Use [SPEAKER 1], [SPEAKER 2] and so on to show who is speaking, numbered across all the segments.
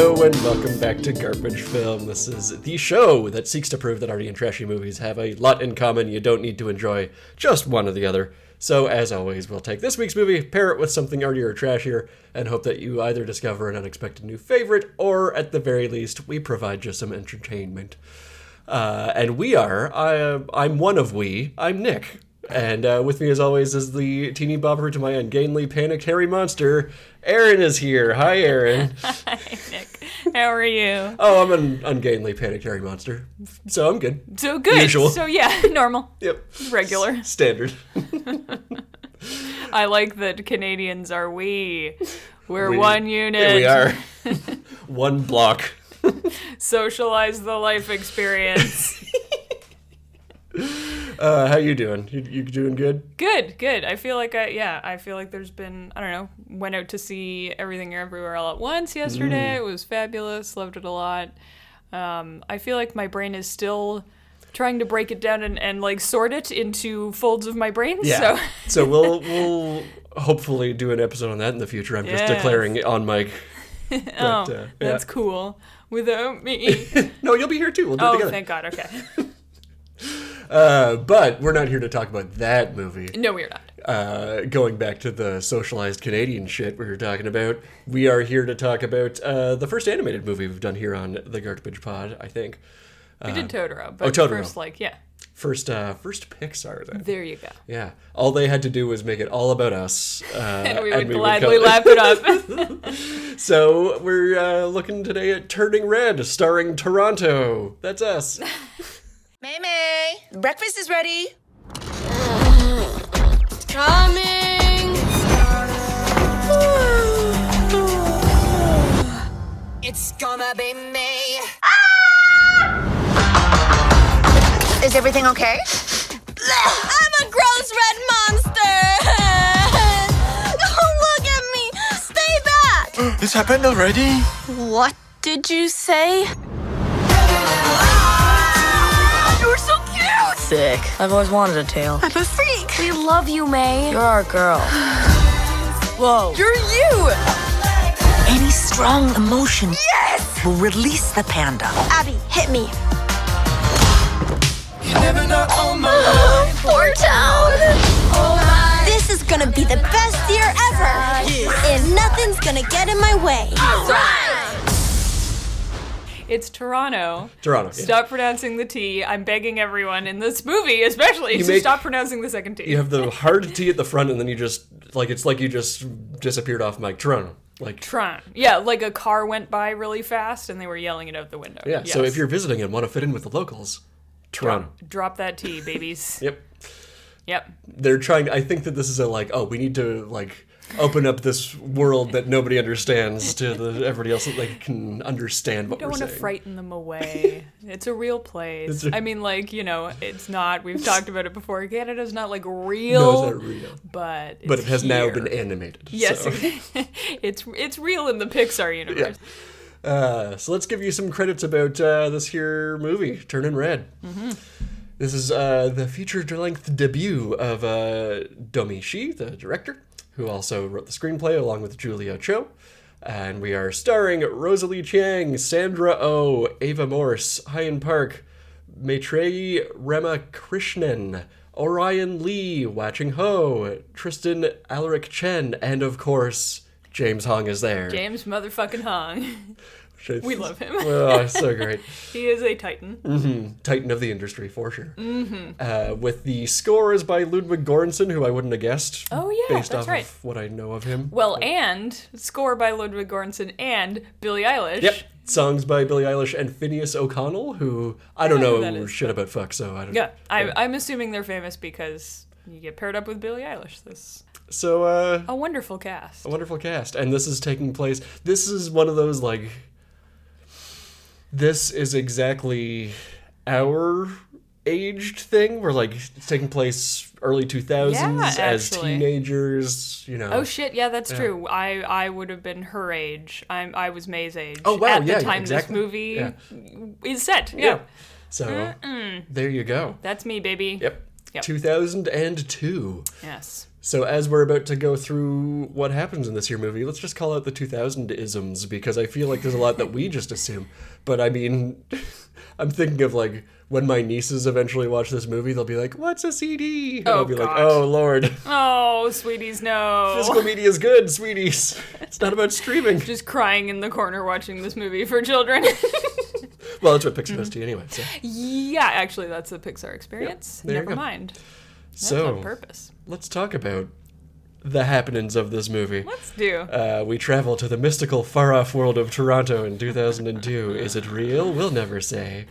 [SPEAKER 1] welcome back to Garbage Film. This is the show that seeks to prove that arty and trashy movies have a lot in common. You don't need to enjoy just one or the other. So, as always, we'll take this week's movie, pair it with something arty or trashier, and hope that you either discover an unexpected new favorite, or at the very least, we provide you some entertainment. Uh, and we are, I, uh, I'm one of we, I'm Nick. And uh, with me, as always, is the teeny bopper to my ungainly, panicked, hairy monster. Aaron is here. Hi, Aaron.
[SPEAKER 2] Hi, Nick. How are you?
[SPEAKER 1] Oh, I'm an ungainly panicked hairy monster. So I'm good.
[SPEAKER 2] So good.
[SPEAKER 1] Usual.
[SPEAKER 2] So yeah, normal,
[SPEAKER 1] Yep.
[SPEAKER 2] regular.
[SPEAKER 1] Standard.
[SPEAKER 2] I like that Canadians are we. We're
[SPEAKER 1] We-
[SPEAKER 2] one unit.
[SPEAKER 1] Here we are. One block.
[SPEAKER 2] Socialize the life experience.
[SPEAKER 1] Uh, how you doing? You, you doing good?
[SPEAKER 2] good, good. I feel like I yeah, I feel like there's been I don't know, went out to see everything everywhere all at once
[SPEAKER 1] Mm.
[SPEAKER 2] yesterday. It was fabulous. Loved it a lot. Um, I feel like my brain is still trying to break it down and, and like sort it into folds of my brain. So
[SPEAKER 1] So we'll we'll hopefully do an episode on that in the future. I'm just
[SPEAKER 2] Yes.
[SPEAKER 1] declaring it on mic. But,
[SPEAKER 2] oh,
[SPEAKER 1] uh, yeah.
[SPEAKER 2] that's cool. Without me.
[SPEAKER 1] No, you'll be here too. We'll do it
[SPEAKER 2] Oh,
[SPEAKER 1] together.
[SPEAKER 2] thank God. Okay.
[SPEAKER 1] Uh, but we're not here to talk about that movie.
[SPEAKER 2] No, we're not.
[SPEAKER 1] uh, going back to the socialized Canadian shit we were talking about, we are here to talk about uh, the first animated movie we've done here on the Garbage Pod. I think
[SPEAKER 2] We did Totoro, but
[SPEAKER 1] oh, Totoro.
[SPEAKER 2] first, like, yeah,
[SPEAKER 1] first, uh, first Pixar then.
[SPEAKER 2] there you go.
[SPEAKER 1] Yeah, all they had to do was make it all about us, uh,
[SPEAKER 2] And we would
[SPEAKER 1] come-
[SPEAKER 2] gladly lap it up.
[SPEAKER 1] So we're uh, looking today at Turning Red, starring Toronto. That's us.
[SPEAKER 3] May May, breakfast is ready.
[SPEAKER 4] Coming!
[SPEAKER 3] It's gonna be me. Ah! Is everything okay?
[SPEAKER 4] I'm a gross red monster! Don't look at me! Stay back!
[SPEAKER 5] This happened already?
[SPEAKER 4] What did you say? You're so cute!
[SPEAKER 6] Sick. I've always wanted a tail.
[SPEAKER 4] I'm a freak! We love you, May.
[SPEAKER 6] You're our girl. Whoa.
[SPEAKER 4] You're you!
[SPEAKER 7] Any strong emotion will release the panda.
[SPEAKER 4] Abby, hit me.
[SPEAKER 5] You never know on my Oh
[SPEAKER 4] Poor town! This is gonna be the best year ever! If nothing's gonna get in my way.
[SPEAKER 2] it's Toronto.
[SPEAKER 1] Toronto. yeah.
[SPEAKER 2] Stop pronouncing the T. I'm begging everyone in this movie, especially, to
[SPEAKER 1] make-
[SPEAKER 2] stop pronouncing the second T.
[SPEAKER 1] You have the hard T at the front, and then you just like it's like you just disappeared off mic. Toronto. Like
[SPEAKER 2] Tron. Yeah, like a car went by really fast and they were yelling it out the window.
[SPEAKER 1] Yeah. So
[SPEAKER 2] Yes.
[SPEAKER 1] if you're visiting and want to fit in with the locals, Toronto.
[SPEAKER 2] Drop that T, babies.
[SPEAKER 1] Yep.
[SPEAKER 2] yep.
[SPEAKER 1] They're trying. I think that this is a like. Oh, we need to like open up this world that nobody understands to the everybody else that like can understand what
[SPEAKER 2] Don't
[SPEAKER 1] we're
[SPEAKER 2] want to
[SPEAKER 1] saying.
[SPEAKER 2] frighten them away. it's a real place.
[SPEAKER 1] a-
[SPEAKER 2] I mean, like, you know, it's not, we've talked about it before. Canada's not like real,
[SPEAKER 1] no, it's not real.
[SPEAKER 2] but it's
[SPEAKER 1] But it has now
[SPEAKER 2] here.
[SPEAKER 1] been animated.
[SPEAKER 2] Yes,
[SPEAKER 1] So.
[SPEAKER 2] it's it's real in the Pixar universe.
[SPEAKER 1] Uh, so let's give you some credits about uh, this here movie, Turning Red. This is uh, the feature-length debut of uh, Domi Shi, the director, who also wrote the screenplay along with Julio Cho. And we are starring Rosalie Chiang, Sandra O, oh, Ava Morse, Hyun Park, Maitreyi Ramakrishnan, Orion Lee, Watching Ho, Tristan Alaric Chen, and of course, James Hong is there.
[SPEAKER 2] James motherfucking Hong.
[SPEAKER 1] Should I-
[SPEAKER 2] We love him.
[SPEAKER 1] oh, so great.
[SPEAKER 2] he is a titan.
[SPEAKER 1] Titan of the industry, for sure.
[SPEAKER 2] Mm-hmm.
[SPEAKER 1] Uh, with the score is by Ludwig Göransson, who I wouldn't have guessed.
[SPEAKER 2] Oh, yeah,
[SPEAKER 1] Based
[SPEAKER 2] that's
[SPEAKER 1] off
[SPEAKER 2] right.
[SPEAKER 1] of what I know of him.
[SPEAKER 2] Well, and score by Ludwig Göransson and Billie Eilish.
[SPEAKER 1] Yep. Songs by Billie Eilish and Phineas O'Connell, who I don't
[SPEAKER 2] know who
[SPEAKER 1] know,
[SPEAKER 2] that is.
[SPEAKER 1] shit about fuck, so I don't
[SPEAKER 2] Yeah, I, I'm assuming they're famous because you get paired up with Billie Eilish. This
[SPEAKER 1] So, uh,
[SPEAKER 2] a wonderful cast.
[SPEAKER 1] a wonderful cast. And this is taking place. This is one of those, like. This is exactly our aged thing where, like, it's taking place early 2000s
[SPEAKER 2] Yeah,
[SPEAKER 1] as
[SPEAKER 2] actually.
[SPEAKER 1] teenagers, you know.
[SPEAKER 2] Oh shit! Yeah, that's true. I I would have been her age. I'm I was May's age.
[SPEAKER 1] Oh, wow,
[SPEAKER 2] At
[SPEAKER 1] yeah,
[SPEAKER 2] the time
[SPEAKER 1] exactly.
[SPEAKER 2] this movie
[SPEAKER 1] Yeah.
[SPEAKER 2] is set. Yeah.
[SPEAKER 1] Yeah. So there you go.
[SPEAKER 2] that's me, baby.
[SPEAKER 1] Yep.
[SPEAKER 2] Yep.
[SPEAKER 1] 2002.
[SPEAKER 2] Yes.
[SPEAKER 1] So as we're about to go through what happens in this here movie, let's just call out the 2000 isms because I feel like there's a lot that we just assume. But I mean, I'm thinking of like when my nieces eventually watch this movie, they'll be like, "What's a CD?" And
[SPEAKER 2] Oh,
[SPEAKER 1] I'll be like,
[SPEAKER 2] God.
[SPEAKER 1] "Oh Lord,
[SPEAKER 2] Oh, sweeties, no.
[SPEAKER 1] physical media is good, sweeties. It's not about streaming."
[SPEAKER 2] Just crying in the corner watching this movie for children.
[SPEAKER 1] Well, that's what Pixar
[SPEAKER 2] Mm-hmm.
[SPEAKER 1] does to you anyway. So,
[SPEAKER 2] yeah, actually, that's a Pixar experience.
[SPEAKER 1] there you
[SPEAKER 2] Never
[SPEAKER 1] go.
[SPEAKER 2] mind. That's on
[SPEAKER 1] so
[SPEAKER 2] purpose.
[SPEAKER 1] let's talk about the happenings of this movie.
[SPEAKER 2] Let's do.
[SPEAKER 1] Uh, we travel to the mystical far off world of Toronto in 2002. Is it real? We'll never say.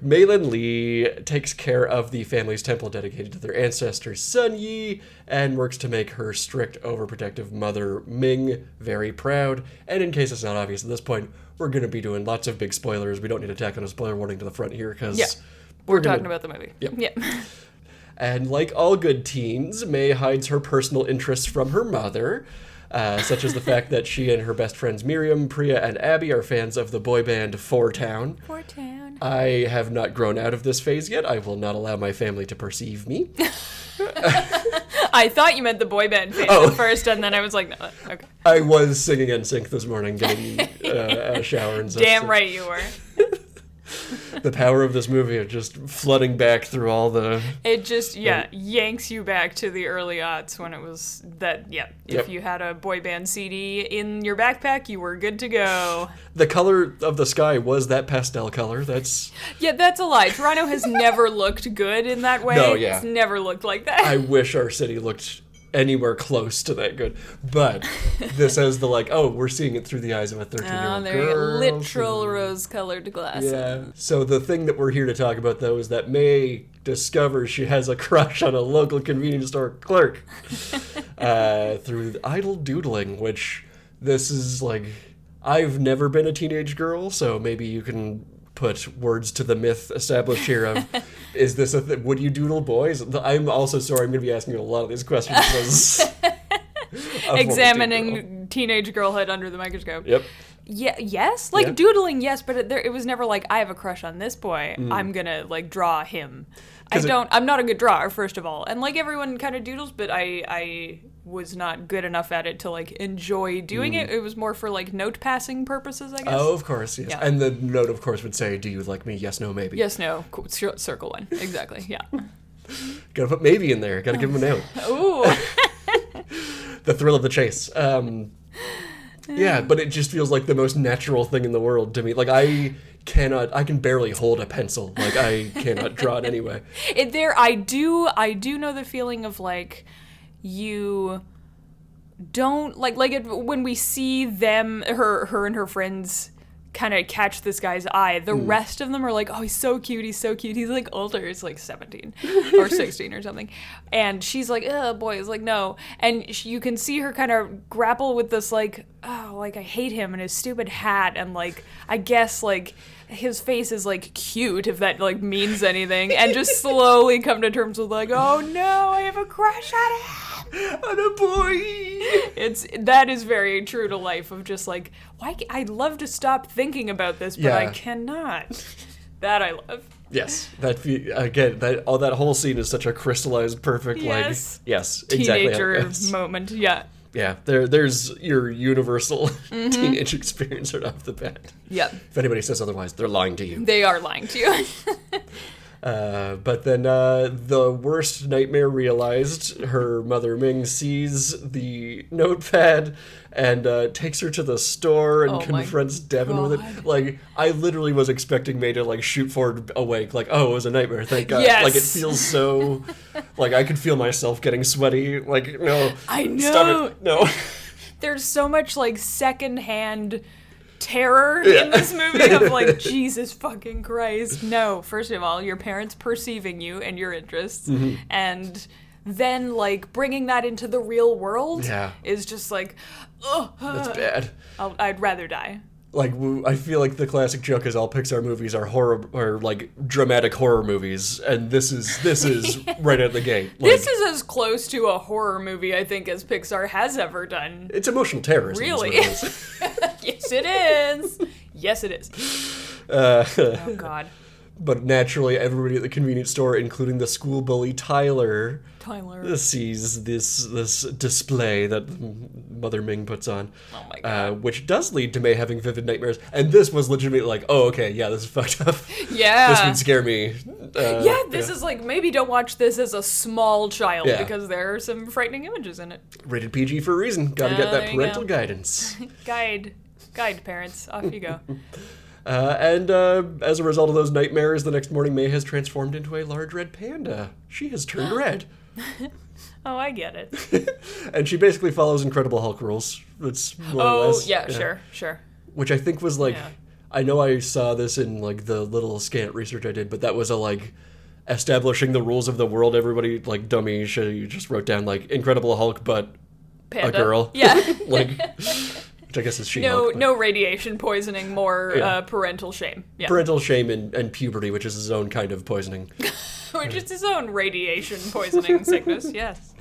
[SPEAKER 1] Malin Lee takes care of the family's temple dedicated to their ancestor Sun Yi and works to make her strict, overprotective mother Ming very proud. And in case it's not obvious at this point, we're going to be doing lots of big spoilers. We don't need to tack on a spoiler warning to the front here because
[SPEAKER 2] Yeah.
[SPEAKER 1] we're,
[SPEAKER 2] Talking
[SPEAKER 1] gonna-
[SPEAKER 2] about the movie.
[SPEAKER 1] Yep.
[SPEAKER 2] Yeah.
[SPEAKER 1] and like all good teens, May hides her personal interests from her mother, uh, such as the fact that she and her best friends Miriam, Priya, and Abby are fans of the boy band Four Town.
[SPEAKER 2] Poor town.
[SPEAKER 1] I have not grown out of this phase yet. I will not allow my family to perceive me.
[SPEAKER 2] I thought you meant the boy band fan
[SPEAKER 1] Oh.
[SPEAKER 2] at first, and then I was like, no, okay.
[SPEAKER 1] I was singing NSYNC this morning, getting uh, a shower and stuff.
[SPEAKER 2] Damn
[SPEAKER 1] so
[SPEAKER 2] right you were.
[SPEAKER 1] The power of this movie of just flooding back through all the
[SPEAKER 2] It just, yeah, yanks you back to the early aughts when it was that, yeah,
[SPEAKER 1] Yep.
[SPEAKER 2] if you had a boy band CD in your backpack, you were good to go.
[SPEAKER 1] the color of the sky was that pastel color. That's
[SPEAKER 2] Yeah, that's a lie. Toronto has never looked good in that way.
[SPEAKER 1] No, yeah.
[SPEAKER 2] It's never looked like that.
[SPEAKER 1] I wish our city looked anywhere close to that good. But this has the like, oh, we're seeing it through the eyes of a
[SPEAKER 2] Oh,
[SPEAKER 1] thirteen-year-old
[SPEAKER 2] there you go.
[SPEAKER 1] girl.
[SPEAKER 2] Literal rose-colored glasses.
[SPEAKER 1] Yeah. So the thing that we're here to talk about though is that May discovers she has a crush on a local convenience store clerk uh, through idle doodling, which this is like I've never been a teenage girl, so maybe you can put words to the myth established here of is this a th- would you doodle boys? I'm also sorry I'm going to be asking you a lot of these questions. because I'm a former teen girl.
[SPEAKER 2] Examining teenage girlhood under the microscope.
[SPEAKER 1] Yep.
[SPEAKER 2] Yeah, yes, like
[SPEAKER 1] Yeah.
[SPEAKER 2] doodling, yes, but it, there, it was never like I have a crush on this boy. I'm gonna like draw him. I
[SPEAKER 1] Mm. 'Cause it-
[SPEAKER 2] don't. I'm not a good drawer, first of all, and like everyone kind of doodles, but I I was not good enough at it to like enjoy doing it. It was more for like note passing purposes, I guess.
[SPEAKER 1] Mm. Oh, of course, yes.
[SPEAKER 2] Yeah.
[SPEAKER 1] And the note, of course, would say, "Do you like me? Yes, no, maybe."
[SPEAKER 2] Yes, no, cool, cir- circle one, exactly. Yeah.
[SPEAKER 1] Gotta put maybe in there. Gotta give him a note.
[SPEAKER 2] Ooh,
[SPEAKER 1] the thrill of the chase. Um, yeah, but it just feels like the most natural thing in the world to me. Like I cannot, I can barely hold a pencil. Like I cannot draw it anyway.
[SPEAKER 2] it, there. I do. I do know the feeling of like you don't like like it, when we see them her her and her friends kind of catch this guy's eye the rest of them are like oh he's so cute he's so cute he's like older it's like 17 or 16 or something and she's like oh boy is like no and sh you can see her kind of grapple with this like oh like i hate him and his stupid hat and like i guess like his face is like cute if that like means anything and just slowly come to terms with like oh no i have a crush on him
[SPEAKER 1] And a boy.
[SPEAKER 2] it's that is very true to life of just like why ca- I'd love to stop thinking about this, but I
[SPEAKER 1] Yeah.
[SPEAKER 2] cannot. that I love.
[SPEAKER 1] Yes, that fe- again. That all that whole scene is such a crystallized, perfect.
[SPEAKER 2] Yes.
[SPEAKER 1] Like yes, exactly. how it
[SPEAKER 2] Teenager
[SPEAKER 1] goes.
[SPEAKER 2] moment. Yeah.
[SPEAKER 1] yeah, there, there's your universal teenage experience right off the bat.
[SPEAKER 2] Yep.
[SPEAKER 1] If anybody says otherwise, they're lying to you.
[SPEAKER 2] They are lying to you.
[SPEAKER 1] Uh, but then uh, the worst nightmare realized. Her mother Ming sees the notepad and uh, takes her to the store and
[SPEAKER 2] Oh my
[SPEAKER 1] confronts Devin with it.
[SPEAKER 2] God.
[SPEAKER 1] Like I literally was expecting May to like shoot forward awake, like oh it was a nightmare, thank God.
[SPEAKER 2] Yes.
[SPEAKER 1] Like it feels so, like I could feel myself getting sweaty. Like no,
[SPEAKER 2] I
[SPEAKER 1] stop it, no.
[SPEAKER 2] There's so much like secondhand terror in this movie of like Jesus fucking Christ. No, first of all, your parents perceiving you and your interests
[SPEAKER 1] Mm-hmm.
[SPEAKER 2] and then like bringing that into the real world
[SPEAKER 1] Yeah.
[SPEAKER 2] is just like ugh,
[SPEAKER 1] That's bad.
[SPEAKER 2] I'll, I'd rather die.
[SPEAKER 1] like w- I feel like the classic joke is all Pixar movies are horror or like dramatic horror movies, and this is this is right out the gate. Like,
[SPEAKER 2] This is as close to a horror movie, I think, as Pixar has ever done.
[SPEAKER 1] it's emotional terrorism. is what
[SPEAKER 2] Really?
[SPEAKER 1] it is.
[SPEAKER 2] yes, it is. Yes, it is.
[SPEAKER 1] Uh,
[SPEAKER 2] Oh, God.
[SPEAKER 1] But naturally, everybody at the convenience store, including the school bully Tyler,
[SPEAKER 2] Tyler.
[SPEAKER 1] sees this this display that Mother Ming puts on, oh
[SPEAKER 2] my
[SPEAKER 1] Uh, which does lead to May having vivid nightmares. And this was legitimately like, oh okay, yeah, this is fucked up.
[SPEAKER 2] Yeah.
[SPEAKER 1] this would scare me. Uh,
[SPEAKER 2] yeah, this is like maybe don't watch this as a small child
[SPEAKER 1] Yeah.
[SPEAKER 2] because there are some frightening images in it.
[SPEAKER 1] rated PG for a reason. Got to
[SPEAKER 2] Uh,
[SPEAKER 1] get
[SPEAKER 2] there
[SPEAKER 1] that
[SPEAKER 2] you
[SPEAKER 1] parental
[SPEAKER 2] go.
[SPEAKER 1] guidance.
[SPEAKER 2] Guide, guide parents, off you go.
[SPEAKER 1] Uh, and uh, as a result of those nightmares, the next morning May has transformed into a large red panda. She has turned red.
[SPEAKER 2] Oh, I get it.
[SPEAKER 1] And she basically follows Incredible Hulk rules. That's more or
[SPEAKER 2] Oh
[SPEAKER 1] less,
[SPEAKER 2] yeah, sure, sure.
[SPEAKER 1] Which I think was like,
[SPEAKER 2] Yeah.
[SPEAKER 1] I know I saw this in like the little scant research I did, but that was a like establishing the rules of the world. Everybody like dummy. She just wrote down like Incredible Hulk, but
[SPEAKER 2] Panda.
[SPEAKER 1] girl.
[SPEAKER 2] Yeah.
[SPEAKER 1] like, which I guess is she.
[SPEAKER 2] No, no radiation poisoning, more
[SPEAKER 1] Yeah.
[SPEAKER 2] uh, parental shame. Yeah,
[SPEAKER 1] Parental shame and, and puberty, which is his own kind of poisoning.
[SPEAKER 2] which is his own radiation poisoning sickness. Yes.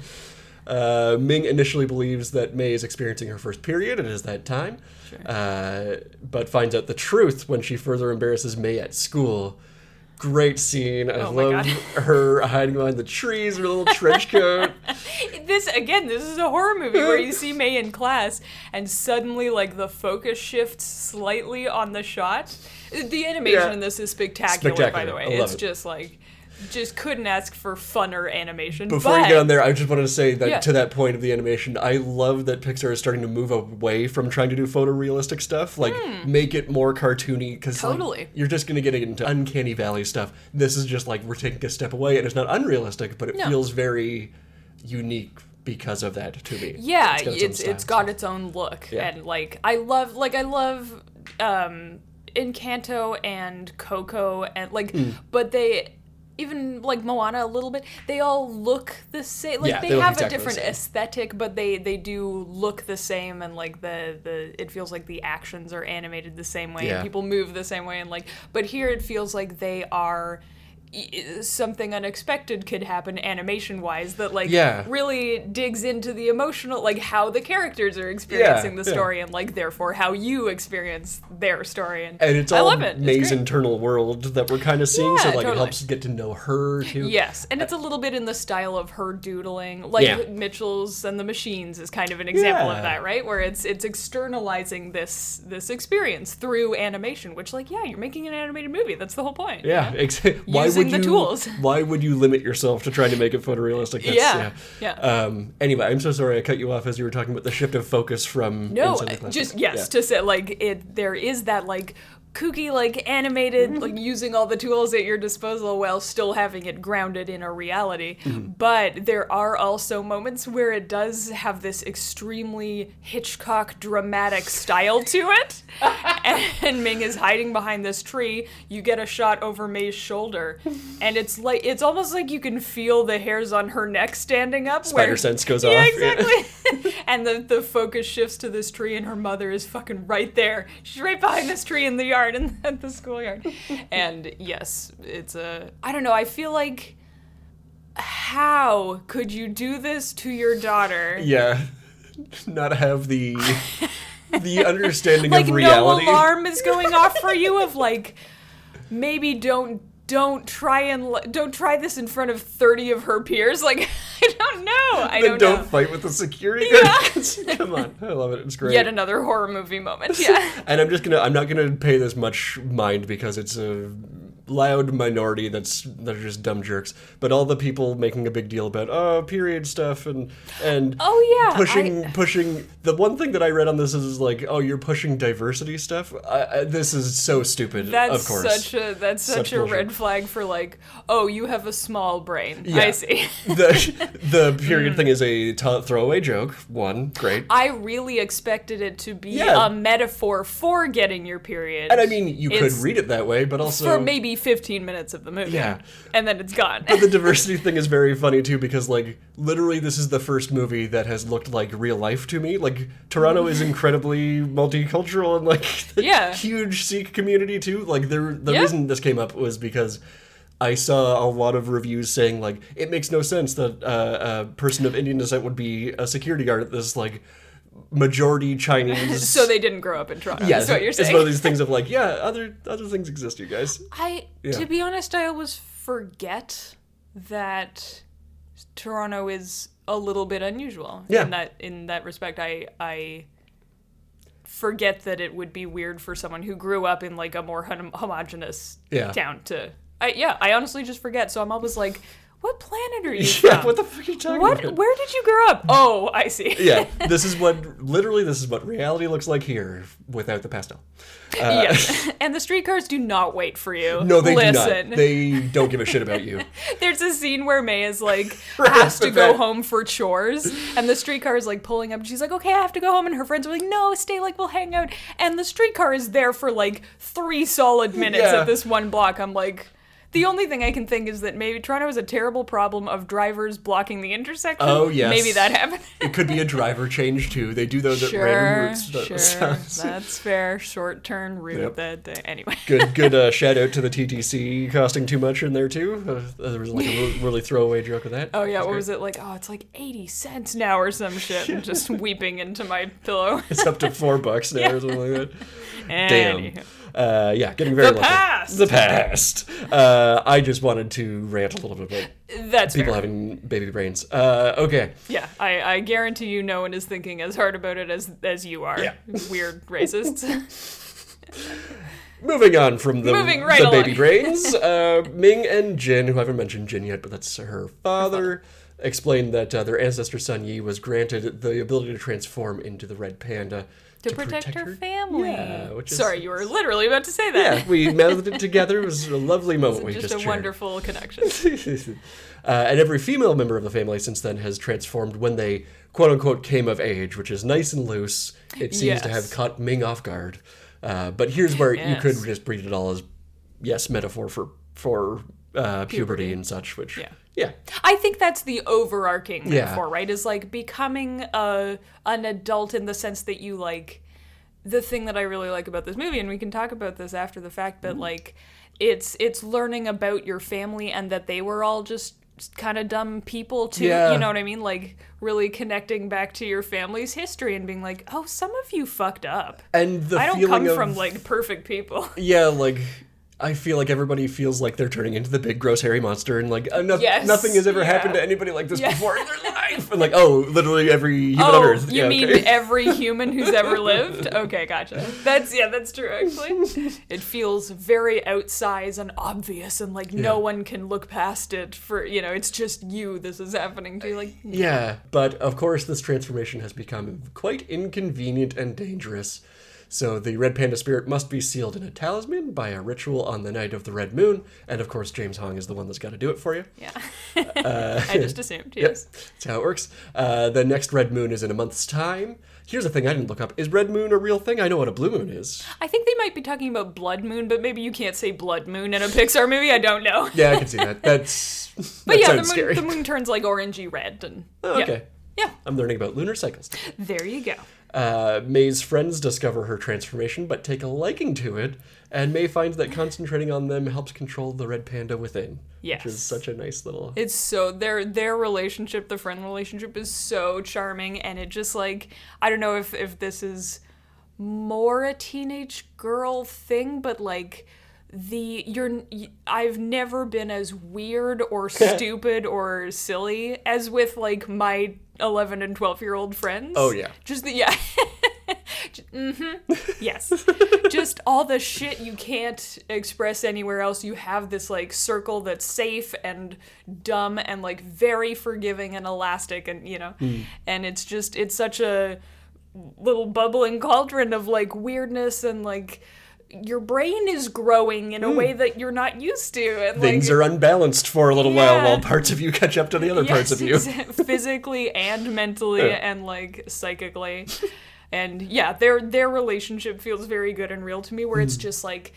[SPEAKER 1] Uh, Ming initially believes that May is experiencing her first period. It is that time. Uh, but finds out the truth when she further embarrasses May at school. Great scene. I
[SPEAKER 2] Oh my
[SPEAKER 1] love her hiding behind the trees, her little trench coat.
[SPEAKER 2] This again, this is a horror movie where you see May in class and suddenly like the focus shifts slightly on the shot. The animation
[SPEAKER 1] Yeah.
[SPEAKER 2] in this is spectacular, by
[SPEAKER 1] Spectacular.
[SPEAKER 2] the way.
[SPEAKER 1] I love
[SPEAKER 2] it's
[SPEAKER 1] it.
[SPEAKER 2] just like just couldn't ask for funner animation.
[SPEAKER 1] Before
[SPEAKER 2] but,
[SPEAKER 1] you get on there, I just wanted to say that
[SPEAKER 2] Yeah.
[SPEAKER 1] to that point of the animation, I love that Pixar is starting to move away from trying to do photorealistic stuff, like make it more cartoony because
[SPEAKER 2] Hmm. Totally.
[SPEAKER 1] you're just going to get into uncanny valley stuff. This is just like we're taking a step away, and it's not unrealistic, but it
[SPEAKER 2] No.
[SPEAKER 1] feels very unique because of that to me.
[SPEAKER 2] Yeah,
[SPEAKER 1] got
[SPEAKER 2] it's
[SPEAKER 1] its own
[SPEAKER 2] it's,
[SPEAKER 1] style.
[SPEAKER 2] got its own look,
[SPEAKER 1] Yeah.
[SPEAKER 2] and like I love like I love um Encanto and Coco and like,
[SPEAKER 1] Hmm.
[SPEAKER 2] but they even like Moana a little bit. They all look the same. Like
[SPEAKER 1] Yeah,
[SPEAKER 2] they,
[SPEAKER 1] they look
[SPEAKER 2] have
[SPEAKER 1] exactly
[SPEAKER 2] a
[SPEAKER 1] the
[SPEAKER 2] different
[SPEAKER 1] same.
[SPEAKER 2] aesthetic, but they they do look the same, and like the the it feels like the actions are animated the same way,
[SPEAKER 1] Yeah.
[SPEAKER 2] and people move the same way, and like. But here it feels like they are. i- Something unexpected could happen animation wise that like
[SPEAKER 1] Yeah.
[SPEAKER 2] really digs into the emotional like how the characters are experiencing the
[SPEAKER 1] yeah.
[SPEAKER 2] story and like therefore how you experience their story and,
[SPEAKER 1] And it's
[SPEAKER 2] I
[SPEAKER 1] all
[SPEAKER 2] love it. It's
[SPEAKER 1] May's
[SPEAKER 2] great.
[SPEAKER 1] internal world that we're kind of seeing, so
[SPEAKER 2] Yeah,
[SPEAKER 1] like
[SPEAKER 2] totally.
[SPEAKER 1] it helps get to know her too.
[SPEAKER 2] Yes, and it's a little bit in the style of her doodling, like
[SPEAKER 1] Yeah.
[SPEAKER 2] Mitchell's and the Machines is kind of an example
[SPEAKER 1] Yeah.
[SPEAKER 2] of that, right? Where it's it's externalizing this this experience through animation, which like yeah, you're making an animated movie. That's the whole point. you
[SPEAKER 1] Yeah,
[SPEAKER 2] know?
[SPEAKER 1] exactly. Why
[SPEAKER 2] Using
[SPEAKER 1] would
[SPEAKER 2] the
[SPEAKER 1] you,
[SPEAKER 2] tools.
[SPEAKER 1] Why would you limit yourself to trying to make it photorealistic? That's-
[SPEAKER 2] Yeah, yeah.
[SPEAKER 1] Um, anyway, I'm so sorry I cut you off as you were talking about the shift of focus from
[SPEAKER 2] No,
[SPEAKER 1] inside Mm-hmm. the
[SPEAKER 2] uh,
[SPEAKER 1] classroom.
[SPEAKER 2] just yes,
[SPEAKER 1] Yeah.
[SPEAKER 2] to say like it. There is that like kooky, like animated, like using all the tools at your disposal while still having it grounded in a reality.
[SPEAKER 1] Mm-hmm.
[SPEAKER 2] But there are also moments where it does have this extremely Hitchcock dramatic style to it. and Ming is hiding behind this tree. You get a shot over May's shoulder, and it's like it's almost like you can feel the hairs on her neck standing up.
[SPEAKER 1] Spider
[SPEAKER 2] where,
[SPEAKER 1] sense goes
[SPEAKER 2] yeah,
[SPEAKER 1] off.
[SPEAKER 2] exactly. and the, the focus shifts to this tree, and her mother is fucking right there. She's right behind this tree in the yard, in at the schoolyard. And yes, it's a. I don't know. I feel like. How could you do this to your daughter?
[SPEAKER 1] Yeah. Not have the the understanding
[SPEAKER 2] like
[SPEAKER 1] of reality.
[SPEAKER 2] no alarm is going off for you of like maybe don't don't try and li- don't try this in front of 30 of her peers like i don't know i
[SPEAKER 1] Then
[SPEAKER 2] don't,
[SPEAKER 1] don't
[SPEAKER 2] know
[SPEAKER 1] fight with the security guards. Come on, I love it. It's great.
[SPEAKER 2] yet another horror movie moment yeah
[SPEAKER 1] and I'm just gonna I'm not gonna pay this much mind because it's a loud minority that's that are just dumb jerks. But all the people making a big deal about oh period stuff and and
[SPEAKER 2] Oh, yeah,
[SPEAKER 1] pushing
[SPEAKER 2] I-
[SPEAKER 1] pushing the one thing that I read on this is like oh you're pushing diversity stuff. I, I, this is so stupid.
[SPEAKER 2] That's
[SPEAKER 1] of course.
[SPEAKER 2] such a that's such,
[SPEAKER 1] Such
[SPEAKER 2] a
[SPEAKER 1] bullshit.
[SPEAKER 2] red flag for like, oh, you have a small brain. I
[SPEAKER 1] Yeah.
[SPEAKER 2] see.
[SPEAKER 1] the the period thing is a t- throwaway joke. One great.
[SPEAKER 2] I really expected it to be
[SPEAKER 1] Yeah.
[SPEAKER 2] a metaphor for getting your period.
[SPEAKER 1] and I mean, you could
[SPEAKER 2] It's-
[SPEAKER 1] read it that way, but also
[SPEAKER 2] for maybe 15 minutes of the movie.
[SPEAKER 1] Yeah.
[SPEAKER 2] And then it's gone.
[SPEAKER 1] the diversity thing is very funny too because like literally this is the first movie that has looked like real life to me like toronto is incredibly multicultural and like the
[SPEAKER 2] Mm-hmm. Yeah.
[SPEAKER 1] huge sikh community too like there the
[SPEAKER 2] Yeah.
[SPEAKER 1] reason this came up was because I saw a lot of reviews saying like it makes no sense that uh, a person of Indian descent would be a security guard at this like majority Chinese.
[SPEAKER 2] So they didn't grow up in Toronto.
[SPEAKER 1] yeah,
[SPEAKER 2] that's what you're
[SPEAKER 1] it's one of
[SPEAKER 2] saying.
[SPEAKER 1] these things of like, yeah, other other things exist, you guys.
[SPEAKER 2] I,
[SPEAKER 1] Yeah.
[SPEAKER 2] to be honest, I always forget that Toronto is a little bit unusual.
[SPEAKER 1] Yeah.
[SPEAKER 2] In that in that respect, I I forget that it would be weird for someone who grew up in like a more hom- homogenous
[SPEAKER 1] Yeah.
[SPEAKER 2] town to. I yeah, I honestly just forget. So I'm always like, what planet are you
[SPEAKER 1] Yeah,
[SPEAKER 2] from?
[SPEAKER 1] what the fuck are you talking
[SPEAKER 2] What?
[SPEAKER 1] about?
[SPEAKER 2] Where did you grow up? Oh, I see.
[SPEAKER 1] yeah, this is what literally this is what reality looks like here without the pastel.
[SPEAKER 2] yes. And the streetcars do not wait for you.
[SPEAKER 1] No, they do
[SPEAKER 2] Listen.
[SPEAKER 1] not. They don't give a shit about you.
[SPEAKER 2] There's a scene where May is like
[SPEAKER 1] Right
[SPEAKER 2] has
[SPEAKER 1] off
[SPEAKER 2] to
[SPEAKER 1] the
[SPEAKER 2] go
[SPEAKER 1] bat.
[SPEAKER 2] home for chores, and the streetcar is like pulling up. and She's like, "Okay, I have to go home," and her friends are like, "No, stay. Like, we'll hang out." And the streetcar is there for like three solid minutes
[SPEAKER 1] Yeah.
[SPEAKER 2] at this one block. I'm like. The only thing I can think is that maybe Toronto has a terrible problem of drivers blocking the intersection.
[SPEAKER 1] Oh, yes.
[SPEAKER 2] maybe that happened.
[SPEAKER 1] It could be a driver change too. They do those at random
[SPEAKER 2] sure,
[SPEAKER 1] routes. That
[SPEAKER 2] sure,
[SPEAKER 1] sounds-
[SPEAKER 2] that's fair. Short turn route.
[SPEAKER 1] Yep.
[SPEAKER 2] That day. anyway.
[SPEAKER 1] good good uh, shout out to the TTC costing too much in there too. Uh, there was like a really, really throwaway joke with that.
[SPEAKER 2] Oh yeah, what was it like? Oh, it's like eighty cents now or some shit. and just weeping into my pillow.
[SPEAKER 1] It's up to four bucks now or something like that. Damn.
[SPEAKER 2] Anywho.
[SPEAKER 1] Uh, yeah, getting very
[SPEAKER 2] The
[SPEAKER 1] lucky.
[SPEAKER 2] past!
[SPEAKER 1] The past. Uh, I just wanted to rant a little bit about
[SPEAKER 2] That's
[SPEAKER 1] people
[SPEAKER 2] fair.
[SPEAKER 1] having baby brains. Uh, okay.
[SPEAKER 2] Yeah, I, I guarantee you, no one is thinking as hard about it as as you are.
[SPEAKER 1] Yeah.
[SPEAKER 2] Weird racists.
[SPEAKER 1] Moving on from the,
[SPEAKER 2] Moving right
[SPEAKER 1] the baby
[SPEAKER 2] along.
[SPEAKER 1] brains, uh, Ming and Jin, who I haven't mentioned Jin yet, but that's her father, explained that uh, their ancestor Sun Yi was granted the ability to transform into the red panda
[SPEAKER 2] to protect, her, family.
[SPEAKER 1] Yeah, which is-
[SPEAKER 2] Sorry, you were literally about to say that.
[SPEAKER 1] Yeah, we melded it together. It was a lovely moment we
[SPEAKER 2] just,
[SPEAKER 1] just
[SPEAKER 2] a
[SPEAKER 1] shared.
[SPEAKER 2] wonderful connection.
[SPEAKER 1] uh, and every female member of the family since then has transformed when they quote unquote came of age, which is nice and loose. It seems to
[SPEAKER 2] Yes.
[SPEAKER 1] have caught Ming off guard. Uh, but here's where you
[SPEAKER 2] Yes.
[SPEAKER 1] could just read it all as yes, metaphor for for uh, puberty, and such, which
[SPEAKER 2] Yeah.
[SPEAKER 1] yeah.
[SPEAKER 2] I think that's the overarching
[SPEAKER 1] Yeah.
[SPEAKER 2] metaphor, right? Is like becoming a an adult in the sense that you like the thing that I really like about this movie, and we can talk about this after the fact,
[SPEAKER 1] Mm-hmm.
[SPEAKER 2] but like it's it's learning about your family and that they were all just kind of dumb people too.
[SPEAKER 1] Yeah.
[SPEAKER 2] You know what I mean? Like really connecting back to your family's history and being like, oh, some of you fucked up.
[SPEAKER 1] And the
[SPEAKER 2] I don't
[SPEAKER 1] feeling
[SPEAKER 2] come
[SPEAKER 1] of,
[SPEAKER 2] from like perfect people.
[SPEAKER 1] yeah, like I feel like everybody feels like they're turning into the big gross hairy monster, and like uh, no-
[SPEAKER 2] Yes,
[SPEAKER 1] nothing has ever
[SPEAKER 2] yeah.
[SPEAKER 1] happened to anybody like this
[SPEAKER 2] Yeah.
[SPEAKER 1] before in their life. And like oh, literally every human on
[SPEAKER 2] oh,
[SPEAKER 1] earth.
[SPEAKER 2] you
[SPEAKER 1] Yeah,
[SPEAKER 2] mean
[SPEAKER 1] okay.
[SPEAKER 2] every human who's ever lived? Okay, gotcha. That's yeah, that's true. Actually, it feels very outsized and obvious, and like no
[SPEAKER 1] Yeah.
[SPEAKER 2] one can look past it. For you know, it's just you. This is happening to you. Like,
[SPEAKER 1] Yeah, but of course, this transformation has become quite inconvenient and dangerous. So the red panda spirit must be sealed in a talisman by a ritual on the night of the red moon, and of course, James Hong is the one that's got to do it for you.
[SPEAKER 2] yeah,
[SPEAKER 1] Uh,
[SPEAKER 2] I just assumed. Yes.
[SPEAKER 1] That's how it works. Uh, the next red moon is in a month's time. Here's the thing I didn't look up: is red moon a real thing? I know what a blue moon is.
[SPEAKER 2] I think they might be talking about blood moon, but maybe you can't say blood moon in a Pixar movie. I don't know.
[SPEAKER 1] Yeah, I can see that. That's that
[SPEAKER 2] but yeah, the moon,
[SPEAKER 1] sounds scary.
[SPEAKER 2] the moon turns like orangey red, and
[SPEAKER 1] Oh,
[SPEAKER 2] yeah.
[SPEAKER 1] okay,
[SPEAKER 2] yeah,
[SPEAKER 1] I'm learning about lunar cycles.
[SPEAKER 2] there you go.
[SPEAKER 1] Uh, May's friends discover her transformation but take a liking to it, and May finds that concentrating on them helps control the red panda within.
[SPEAKER 2] Yes.
[SPEAKER 1] Which is such a nice little.
[SPEAKER 2] It's so their their relationship, the friend relationship is so charming and it just like I don't know if if this is more a teenage girl thing, but like the you're y- I've never been as weird or stupid or silly as with like my 11 and 12 year old friends.
[SPEAKER 1] Oh, yeah.
[SPEAKER 2] Just the yeah. mm-hmm. Yes. Just all the shit you can't express anywhere else. You have this like circle that's safe and dumb and like very forgiving and elastic and you know.
[SPEAKER 1] Mm.
[SPEAKER 2] And it's just it's such a little bubbling cauldron of like weirdness and like your brain is growing in a way that you're not used to and
[SPEAKER 1] Hmm. Things
[SPEAKER 2] like
[SPEAKER 1] are unbalanced for a little
[SPEAKER 2] Yeah.
[SPEAKER 1] while while parts of you catch up to the other parts of you.
[SPEAKER 2] Yes, exa- physically and mentally and like psychically. and yeah, their their relationship feels very good and real to me where
[SPEAKER 1] Hmm.
[SPEAKER 2] it's just like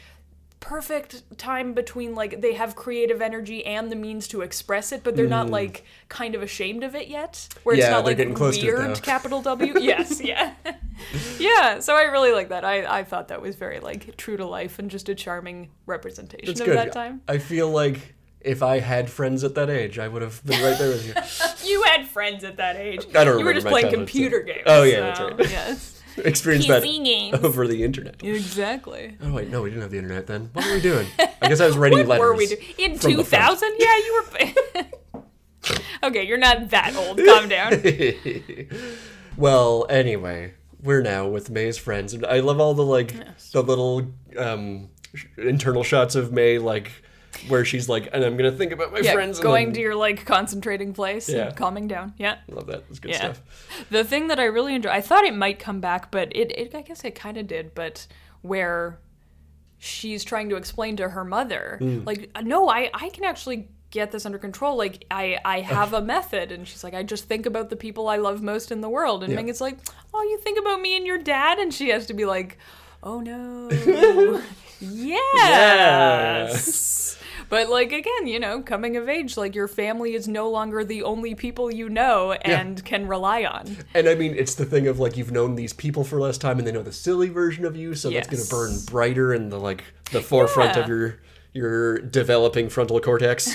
[SPEAKER 2] perfect time between like they have creative energy and the means to express it, but they're not like kind of ashamed of it yet. Where it's
[SPEAKER 1] Hmm. Yeah,
[SPEAKER 2] not
[SPEAKER 1] they're
[SPEAKER 2] like
[SPEAKER 1] getting close to it,
[SPEAKER 2] weird
[SPEAKER 1] though.
[SPEAKER 2] capital W. yes, yeah. yeah. So I really like that. I, I thought that was very like true to life and just a charming representation
[SPEAKER 1] It's
[SPEAKER 2] of
[SPEAKER 1] good.
[SPEAKER 2] that time.
[SPEAKER 1] I feel like If I had friends at that age, I would have been right there with you.
[SPEAKER 2] You had friends at that age.
[SPEAKER 1] I don't
[SPEAKER 2] You were
[SPEAKER 1] remember
[SPEAKER 2] just
[SPEAKER 1] my
[SPEAKER 2] playing
[SPEAKER 1] childhood, so-
[SPEAKER 2] computer games.
[SPEAKER 1] Oh, yeah,
[SPEAKER 2] so,
[SPEAKER 1] that's right.
[SPEAKER 2] Yes.
[SPEAKER 1] Experienced that
[SPEAKER 2] PC games.
[SPEAKER 1] over the internet.
[SPEAKER 2] Exactly.
[SPEAKER 1] Oh wait, no, we didn't have the internet then. What were we doing? I guess I was writing
[SPEAKER 2] What
[SPEAKER 1] letters.
[SPEAKER 2] were we doing? In
[SPEAKER 1] from the front.
[SPEAKER 2] 2000? Yeah, you were. okay, you're not that old. Calm down.
[SPEAKER 1] well, anyway, we're now with May's friends, and I love all the like the little um, sh- internal shots of May, like where she's like, and I'm gonna think about my
[SPEAKER 2] Yeah,
[SPEAKER 1] friends. and
[SPEAKER 2] going
[SPEAKER 1] then-
[SPEAKER 2] to your like concentrating place
[SPEAKER 1] Yeah.
[SPEAKER 2] and calming down. Yeah.
[SPEAKER 1] love that. It's good
[SPEAKER 2] Yeah.
[SPEAKER 1] stuff.
[SPEAKER 2] The thing that I really enjoy, I thought it might come back, but it, it I guess it kind of did, but where she's trying to explain to her mother,
[SPEAKER 1] Mm.
[SPEAKER 2] like, no, I, I can actually get this under control. Like, I, I have a method. And she's like, I just think about the people I love most in the world. And
[SPEAKER 1] Yeah.
[SPEAKER 2] Ming is like, oh, you think about me and your dad? And she has to be like, oh, no. yes. But like again, you know, coming of age, like your family is no longer the only people you know and can rely on.
[SPEAKER 1] And I mean, it's the thing of like you've known these people for less time, and they know the silly version of you, so that's
[SPEAKER 2] Yes.
[SPEAKER 1] gonna burn brighter in the like the forefront of
[SPEAKER 2] Yeah.
[SPEAKER 1] your your developing frontal cortex.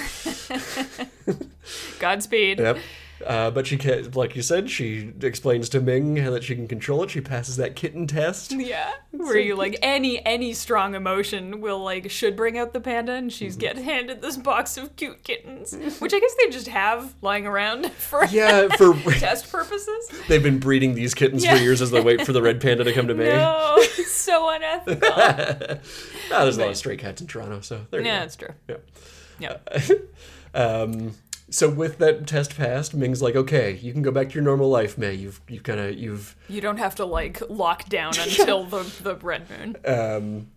[SPEAKER 2] Godspeed.
[SPEAKER 1] Yep. Uh, but she can, like you said, she explains to Ming how that she can control it. She passes that kitten test.
[SPEAKER 2] Yeah. Where you like any any strong emotion will like should bring out the panda and
[SPEAKER 1] Mm-hmm.
[SPEAKER 2] she's get handed this box of cute kittens. Which I guess they just have lying around for
[SPEAKER 1] Yeah, for
[SPEAKER 2] test purposes.
[SPEAKER 1] they've been breeding these kittens
[SPEAKER 2] Yeah.
[SPEAKER 1] for years as they wait for the red panda to come to May.
[SPEAKER 2] No, it's so unethical.
[SPEAKER 1] Ah, there's a lot of stray cats in Toronto, so there you
[SPEAKER 2] yeah,
[SPEAKER 1] go.
[SPEAKER 2] that's true.
[SPEAKER 1] Yeah.
[SPEAKER 2] Yeah.
[SPEAKER 1] Um, so with that test passed, Ming's like, "Okay, you can go back to your normal life, May. You've you have kind of you've."
[SPEAKER 2] You don't have to like lock down until the the red moon.
[SPEAKER 1] Um,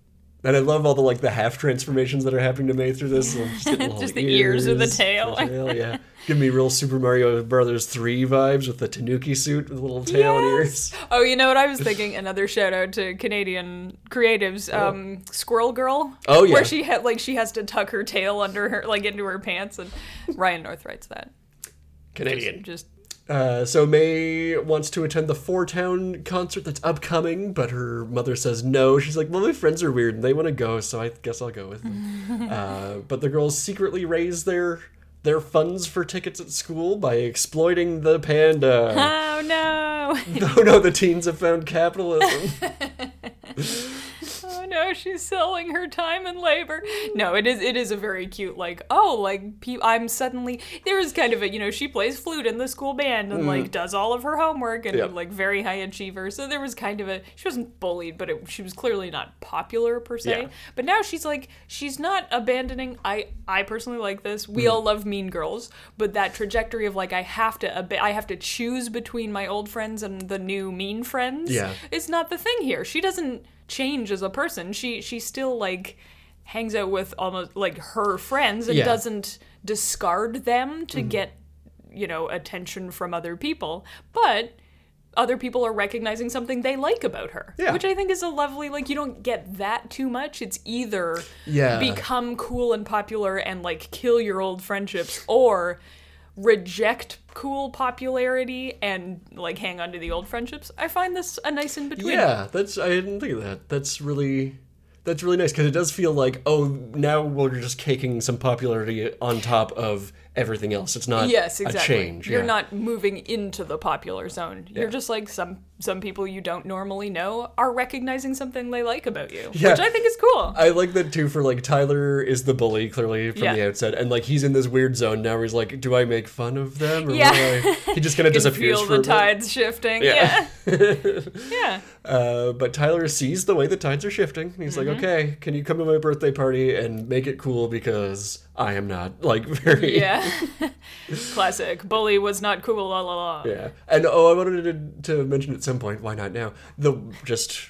[SPEAKER 1] and I love all the like the half transformations that are happening to May through this. I'm Just, getting little
[SPEAKER 2] Just the ears or the tail.
[SPEAKER 1] yeah. Give me real Super Mario Brothers three vibes with the Tanuki suit with the little tail and ears.
[SPEAKER 2] Oh, you know what I was thinking? Another shout out to Canadian creatives. Um, Squirrel Girl.
[SPEAKER 1] Oh, yeah.
[SPEAKER 2] Where she had like she has to tuck her tail under her like into her pants, and Ryan North writes that.
[SPEAKER 1] Canadian.
[SPEAKER 2] Just
[SPEAKER 1] Uh, so May wants to attend the Four Town concert that's upcoming, but her mother says no. She's like, "Well, my friends are weird and they want to go, so I guess I'll go with them." uh, but the girls secretly raise their their funds for tickets at school by exploiting the panda.
[SPEAKER 2] oh no,
[SPEAKER 1] oh no, the teens have found capitalism.
[SPEAKER 2] oh no, she's selling her time and labor. No, it is it is a very cute like oh like pe- I'm suddenly there is kind of a you know she plays flute in the school band and like does all of her homework and
[SPEAKER 1] Mm-hmm. Yeah.
[SPEAKER 2] like very high achiever. So there was kind of a she wasn't bullied, but it, she was clearly not popular per se.
[SPEAKER 1] Yeah.
[SPEAKER 2] But now she's like she's not abandoning. I I personally like this.
[SPEAKER 1] Mm.
[SPEAKER 2] We all love Mean Girls, but that trajectory of like I have to ab- I have to choose between my old friends and the new mean friends.
[SPEAKER 1] Yeah.
[SPEAKER 2] is not the thing here. She doesn't change as a person. She she still like hangs out with almost like her friends and
[SPEAKER 1] Yeah. Mm.
[SPEAKER 2] doesn't discard them to get you know attention from other people, but other people are recognizing something they like about her,
[SPEAKER 1] Yeah.
[SPEAKER 2] which I think is a lovely. Like you don't get that too much. It's either
[SPEAKER 1] Yeah.
[SPEAKER 2] become cool and popular and like kill your old friendships, or reject cool popularity and like hang on to the old friendships. I find this a nice in between.
[SPEAKER 1] Yeah, that's I didn't think of that. That's really that's really nice because it does feel like oh now we're just caking some popularity on top of everything else. It's not
[SPEAKER 2] Yes, exactly.
[SPEAKER 1] a change.
[SPEAKER 2] You're
[SPEAKER 1] yeah.
[SPEAKER 2] not moving into the popular zone. You're just like some some people you don't normally know are recognizing something they like about you,
[SPEAKER 1] Yeah.
[SPEAKER 2] which I think is cool.
[SPEAKER 1] I like that too. For like Tyler is the bully clearly from
[SPEAKER 2] Yeah.
[SPEAKER 1] the outset, and like he's in this weird zone now where he's like, do I make fun of them? Or
[SPEAKER 2] Yeah.
[SPEAKER 1] what do I-" he just kind of
[SPEAKER 2] You can
[SPEAKER 1] disappears
[SPEAKER 2] feel
[SPEAKER 1] for a
[SPEAKER 2] the
[SPEAKER 1] bit.
[SPEAKER 2] tides shifting.
[SPEAKER 1] Yeah.
[SPEAKER 2] yeah. Yeah.
[SPEAKER 1] Uh, but Tyler sees the way the tides are shifting, and he's
[SPEAKER 2] Mm-hmm.
[SPEAKER 1] like, okay, can you come to my birthday party and make it cool because I am not like very
[SPEAKER 2] Yeah. Classic. Bully was not cool all along.
[SPEAKER 1] Yeah, and oh, I wanted to, to mention at some point. Why not now? The just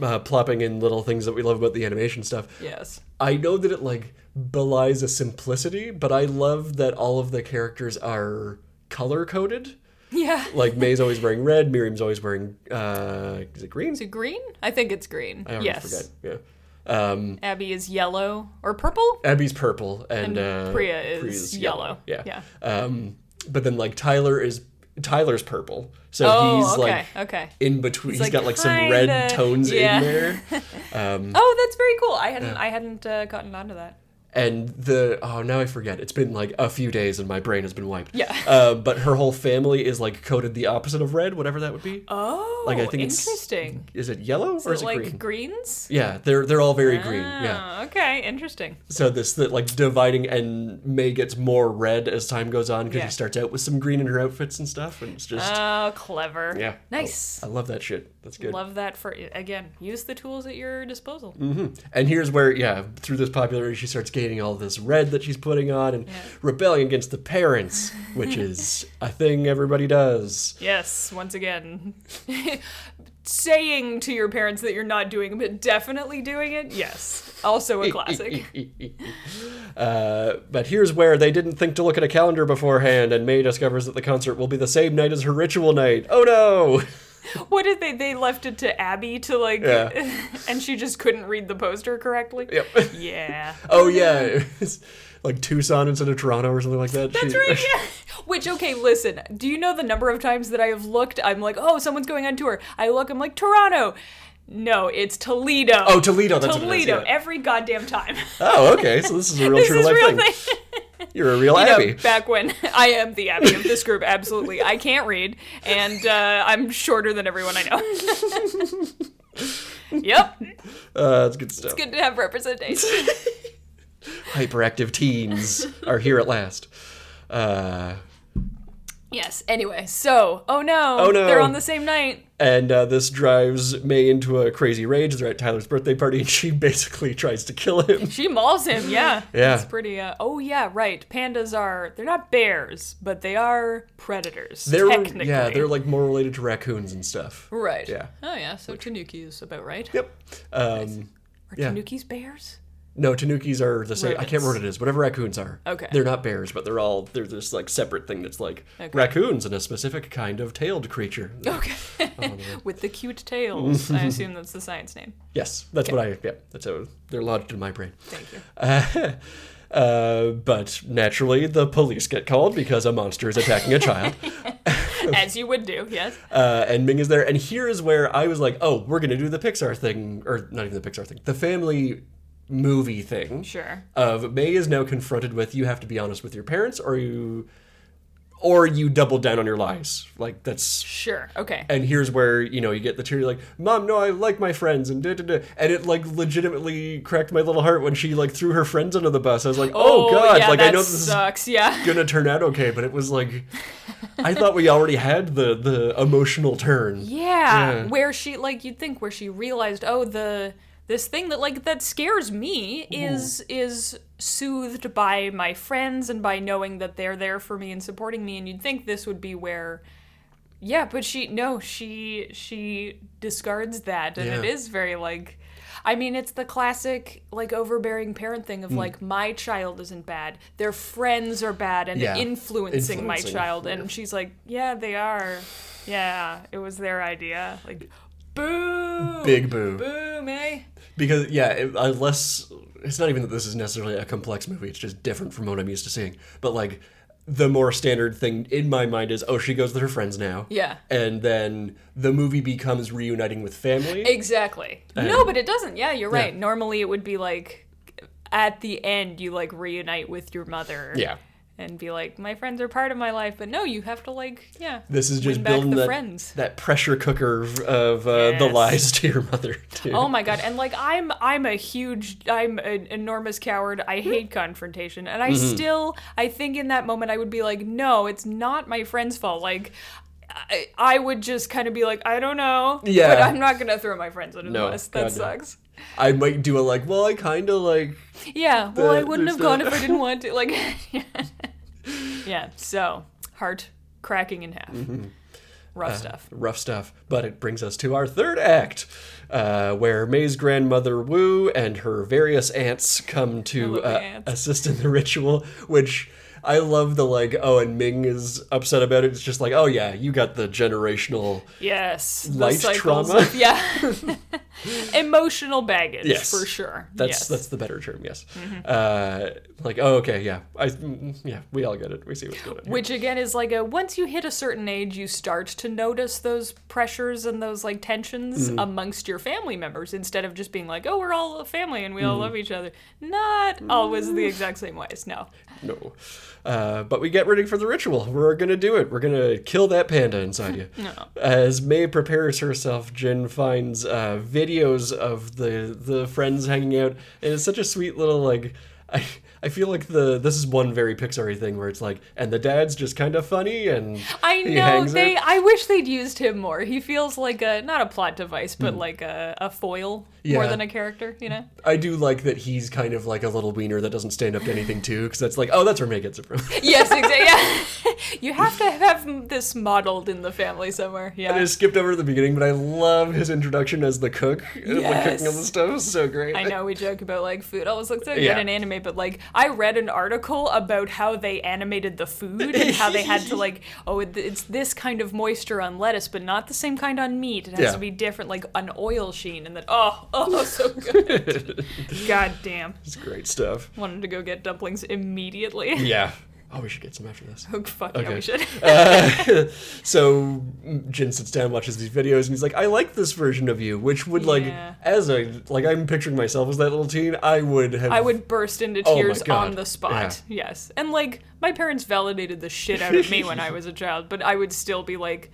[SPEAKER 1] uh, plopping in little things that we love about the animation stuff.
[SPEAKER 2] Yes.
[SPEAKER 1] I know that it like belies a simplicity, but I love that all of the characters are color coded.
[SPEAKER 2] Yeah.
[SPEAKER 1] Like May's always wearing red, Miriam's always wearing uh, is it green?
[SPEAKER 2] Is it green? I think it's green.
[SPEAKER 1] I already
[SPEAKER 2] yes.
[SPEAKER 1] forget. Yeah. Um,
[SPEAKER 2] Abby is yellow or purple?
[SPEAKER 1] Abby's purple and,
[SPEAKER 2] And
[SPEAKER 1] uh,
[SPEAKER 2] Priya is yellow.
[SPEAKER 1] Yeah. Um, but then like Tyler is Tyler's purple, so
[SPEAKER 2] Oh,
[SPEAKER 1] he's
[SPEAKER 2] okay.
[SPEAKER 1] like
[SPEAKER 2] okay.
[SPEAKER 1] in between. he's
[SPEAKER 2] like
[SPEAKER 1] got like some
[SPEAKER 2] kinda-
[SPEAKER 1] red tones
[SPEAKER 2] yeah.
[SPEAKER 1] in there.
[SPEAKER 2] Oh, that's very cool. I hadn't I hadn't uh, gotten onto that.
[SPEAKER 1] And the oh now I forget. It's been like a few days and my brain has been wiped.
[SPEAKER 2] Yeah.
[SPEAKER 1] Uh, but her whole family is like coded the opposite of red, whatever that would be.
[SPEAKER 2] Oh,
[SPEAKER 1] Like, I think it's-
[SPEAKER 2] interesting.
[SPEAKER 1] Is it yellow or is
[SPEAKER 2] Is it
[SPEAKER 1] it
[SPEAKER 2] like
[SPEAKER 1] green?
[SPEAKER 2] greens?
[SPEAKER 1] Yeah, they're they're all very green. Yeah.
[SPEAKER 2] Ah, Okay, interesting.
[SPEAKER 1] So this that like dividing and May gets more red as time goes on because
[SPEAKER 2] Yeah.
[SPEAKER 1] she starts out with some green in her outfits and stuff, and it's just
[SPEAKER 2] Oh, clever.
[SPEAKER 1] yeah,
[SPEAKER 2] Nice.
[SPEAKER 1] I, I love that shit. That's good. Mm.
[SPEAKER 2] Love that for again. Use the tools at your disposal.
[SPEAKER 1] And here's where, yeah, through this popularity, she starts gaining all this red that she's putting on and rebelling against the parents, which is a thing everybody does.
[SPEAKER 2] Yes, once again, saying to your parents that you're not doing it, but definitely doing it. Yes, also a classic.
[SPEAKER 1] Uh, but here's where they didn't think to look at a calendar beforehand, and May discovers that the concert will be the same night as her ritual night. Oh no!
[SPEAKER 2] what did they? They left it to Abby to like,
[SPEAKER 1] Yeah.
[SPEAKER 2] and she just couldn't read the poster correctly.
[SPEAKER 1] Yep.
[SPEAKER 2] Yeah.
[SPEAKER 1] Oh yeah, it's like Tucson instead of Toronto or something like that.
[SPEAKER 2] That's
[SPEAKER 1] She-
[SPEAKER 2] right. Yeah. Which okay, listen. Do you know the number of times that I have looked? I'm like, oh, someone's going on tour. I look. I'm like, Toronto. No, it's Toledo.
[SPEAKER 1] Oh, Toledo, that's what it is,
[SPEAKER 2] Toledo.
[SPEAKER 1] yeah.
[SPEAKER 2] Every goddamn time.
[SPEAKER 1] Oh, okay. So this is a real
[SPEAKER 2] this
[SPEAKER 1] true
[SPEAKER 2] is
[SPEAKER 1] life
[SPEAKER 2] real
[SPEAKER 1] thing.
[SPEAKER 2] thing.
[SPEAKER 1] You're a real
[SPEAKER 2] you know,
[SPEAKER 1] Abby.
[SPEAKER 2] back when I am the Abby of this group, absolutely. I can't read, and uh, I'm shorter than everyone I know. yep,
[SPEAKER 1] Uh, that's good stuff.
[SPEAKER 2] good to have representation.
[SPEAKER 1] Hyperactive teens are here at last. Uh,
[SPEAKER 2] yes. Anyway, so oh no,
[SPEAKER 1] Oh, no.
[SPEAKER 2] they're on the same night.
[SPEAKER 1] And uh, this drives May into a crazy rage. They're at Tyler's birthday party, and she basically tries to kill him.
[SPEAKER 2] She mauls him. Yeah,
[SPEAKER 1] Yeah.
[SPEAKER 2] It's pretty. Uh, oh yeah, right. Pandas are they're not bears, but they are predators.
[SPEAKER 1] They're
[SPEAKER 2] technically,
[SPEAKER 1] yeah, they're like more related to raccoons and stuff.
[SPEAKER 2] right.
[SPEAKER 1] Yeah.
[SPEAKER 2] Oh yeah. So Tanuki is about right.
[SPEAKER 1] Yep. Um,
[SPEAKER 2] Are
[SPEAKER 1] yeah.
[SPEAKER 2] Tanuki's bears?
[SPEAKER 1] No, Tanukis are the same. I can't remember what it is. Whatever raccoons are.
[SPEAKER 2] Okay.
[SPEAKER 1] They're not bears, but they're all they're this like separate thing that's like
[SPEAKER 2] Okay.
[SPEAKER 1] raccoons and a specific kind of tailed creature.
[SPEAKER 2] Okay. With the cute tails. I assume that's the science name.
[SPEAKER 1] Yes, that's what I. Yeah, that's how they're lodged in my brain.
[SPEAKER 2] Thank you.
[SPEAKER 1] Uh, uh, but naturally, the police get called because a monster is attacking a child.
[SPEAKER 2] As you would do, yes.
[SPEAKER 1] uh, and Ming is there. And here is where I was like, oh, we're gonna do the Pixar thing, or not even the Pixar thing, the family movie thing.
[SPEAKER 2] Sure.
[SPEAKER 1] Of May is now confronted with you have to be honest with your parents, or you, or you double down on your lies. Like that's.
[SPEAKER 2] Sure. Okay.
[SPEAKER 1] And here's where you know you get the tear. You're like, "Mom, no, I like my friends," and da da da. And it like legitimately cracked my little heart when she like threw her friends under the bus. I was like, "Oh, God!"
[SPEAKER 2] yeah,
[SPEAKER 1] like
[SPEAKER 2] that
[SPEAKER 1] I know this is
[SPEAKER 2] sucks. Yeah.
[SPEAKER 1] gonna turn out okay, but it was like I thought we already had the the emotional turn.
[SPEAKER 2] yeah.
[SPEAKER 1] Yeah.
[SPEAKER 2] Where she like you'd think where she realized, oh, the this thing that like that scares me is is soothed by my friends and by knowing that they're there for me and supporting me and you'd think this would be where Yeah, but she no, she she discards that and it
[SPEAKER 1] Yeah.
[SPEAKER 2] is very like I mean, it's the classic like overbearing parent thing of
[SPEAKER 1] Mm.
[SPEAKER 2] like my child isn't bad, their friends are bad and
[SPEAKER 1] Yeah.
[SPEAKER 2] influencing, my
[SPEAKER 1] Influencing.
[SPEAKER 2] child and she's like, "Yeah, they are." Yeah, it was their idea. Like eh? boo.
[SPEAKER 1] Big boo.
[SPEAKER 2] Boo, May.
[SPEAKER 1] Because yeah, it- unless it's not even that this is necessarily a complex movie, it's just different from what I'm used to seeing. But like the more standard thing in my mind is, oh, she goes with her friends now.
[SPEAKER 2] Yeah.
[SPEAKER 1] And then the movie becomes reuniting with family.
[SPEAKER 2] Exactly. no, but it doesn't. Yeah, you're right. Normally it would be like at the end you like reunite with your mother.
[SPEAKER 1] yeah.
[SPEAKER 2] and be like, my friends are part of my life, but no, you have to like, yeah.
[SPEAKER 1] This is just
[SPEAKER 2] win back
[SPEAKER 1] building
[SPEAKER 2] the
[SPEAKER 1] that,
[SPEAKER 2] friends.
[SPEAKER 1] that pressure cooker of- of uh, the
[SPEAKER 2] Yes.
[SPEAKER 1] lies to your mother. Too.
[SPEAKER 2] Oh my god! And like, I'm I'm a huge, I'm an enormous coward.
[SPEAKER 1] Hmm.
[SPEAKER 2] I hate confrontation, and I
[SPEAKER 1] Mm-hmm.
[SPEAKER 2] still, I think in that moment I would be like, no, it's not my friend's fault. Like. I, I would just kind of be like, I don't know,
[SPEAKER 1] Yeah.
[SPEAKER 2] but I'm not gonna throw my friends under
[SPEAKER 1] No,
[SPEAKER 2] the bus. That
[SPEAKER 1] God, no.
[SPEAKER 2] sucks.
[SPEAKER 1] I might do a like, well, I kind of like
[SPEAKER 2] Yeah, well, I
[SPEAKER 1] The-
[SPEAKER 2] wouldn't
[SPEAKER 1] there's
[SPEAKER 2] have gone
[SPEAKER 1] the-
[SPEAKER 2] if I didn't want to. Like, yeah. So heart cracking in half.
[SPEAKER 1] Mm-hmm. Uh,
[SPEAKER 2] Rough stuff.
[SPEAKER 1] rough stuff. But it brings us to our third act, uh, where May's grandmother Wu and her various aunts come to
[SPEAKER 2] love the
[SPEAKER 1] uh,
[SPEAKER 2] aunts.
[SPEAKER 1] assist in the ritual, which. I love the like, oh, and Ming is upset about it. It's just like, oh, yeah, you got the generational.
[SPEAKER 2] Yes. the
[SPEAKER 1] Light
[SPEAKER 2] cycles
[SPEAKER 1] trauma.
[SPEAKER 2] Of, yeah. emotional baggage
[SPEAKER 1] Yes.
[SPEAKER 2] for sure.
[SPEAKER 1] That's
[SPEAKER 2] yes.
[SPEAKER 1] that's the better term. Yes. Uh, like oh okay yeah I mm, yeah we all get it we see what's going on. here.
[SPEAKER 2] Which again is like a once you hit a certain age, you start to notice those pressures and those like tensions amongst your family members instead of just being like, oh, we're all a family and we all love each other. Not always the exact same ways. No.
[SPEAKER 1] No. Uh, but we get ready for the ritual. We're going to do it. We're going to kill that panda inside you. As May prepares herself, Jin finds uh, videos of the the friends hanging out. And it's such a sweet little, like, I, I feel like the this is one very Pixar thing where it's like, and the dad's just kind of funny and
[SPEAKER 2] I
[SPEAKER 1] he
[SPEAKER 2] know
[SPEAKER 1] hangs
[SPEAKER 2] they.
[SPEAKER 1] out.
[SPEAKER 2] I wish they'd used him more. He feels like a not a plot device, but like a, a foil more
[SPEAKER 1] Yeah.
[SPEAKER 2] than a character. You know.
[SPEAKER 1] I do like that he's kind of like a little wiener that doesn't stand up to anything too, because that's like, oh, that's where May gets it from.
[SPEAKER 2] yes, exactly. Yeah. you have to have this modeled in the family somewhere. Yeah.
[SPEAKER 1] I just skipped over to the beginning, but I love his introduction as the cook. uh, The cooking of the
[SPEAKER 2] Yes.
[SPEAKER 1] stuff is so great.
[SPEAKER 2] I know we joke about like food always looks so
[SPEAKER 1] Yeah.
[SPEAKER 2] good in anime, but like I read an article about how they animated the food and how they had to like, oh, it- it's this kind of moisture on lettuce, but not the same kind on meat. It has
[SPEAKER 1] Yeah.
[SPEAKER 2] to be different, like an oil sheen, and then oh, oh, so good. God damn,
[SPEAKER 1] It's great stuff.
[SPEAKER 2] wanted to go get dumplings immediately.
[SPEAKER 1] Yeah. Oh, we should get some after this.
[SPEAKER 2] Oh, Fuck yeah,
[SPEAKER 1] Okay.
[SPEAKER 2] we should.
[SPEAKER 1] So Jin sits down, watches these videos, and he's like, "I like this version of you," which would like,
[SPEAKER 2] Yeah.
[SPEAKER 1] as a like, I'm picturing myself as that little teen. I would have.
[SPEAKER 2] I would burst into
[SPEAKER 1] Oh my
[SPEAKER 2] tears on
[SPEAKER 1] God.
[SPEAKER 2] the spot. Yes. And like my parents validated the shit out of me when I was a child, but I would still be like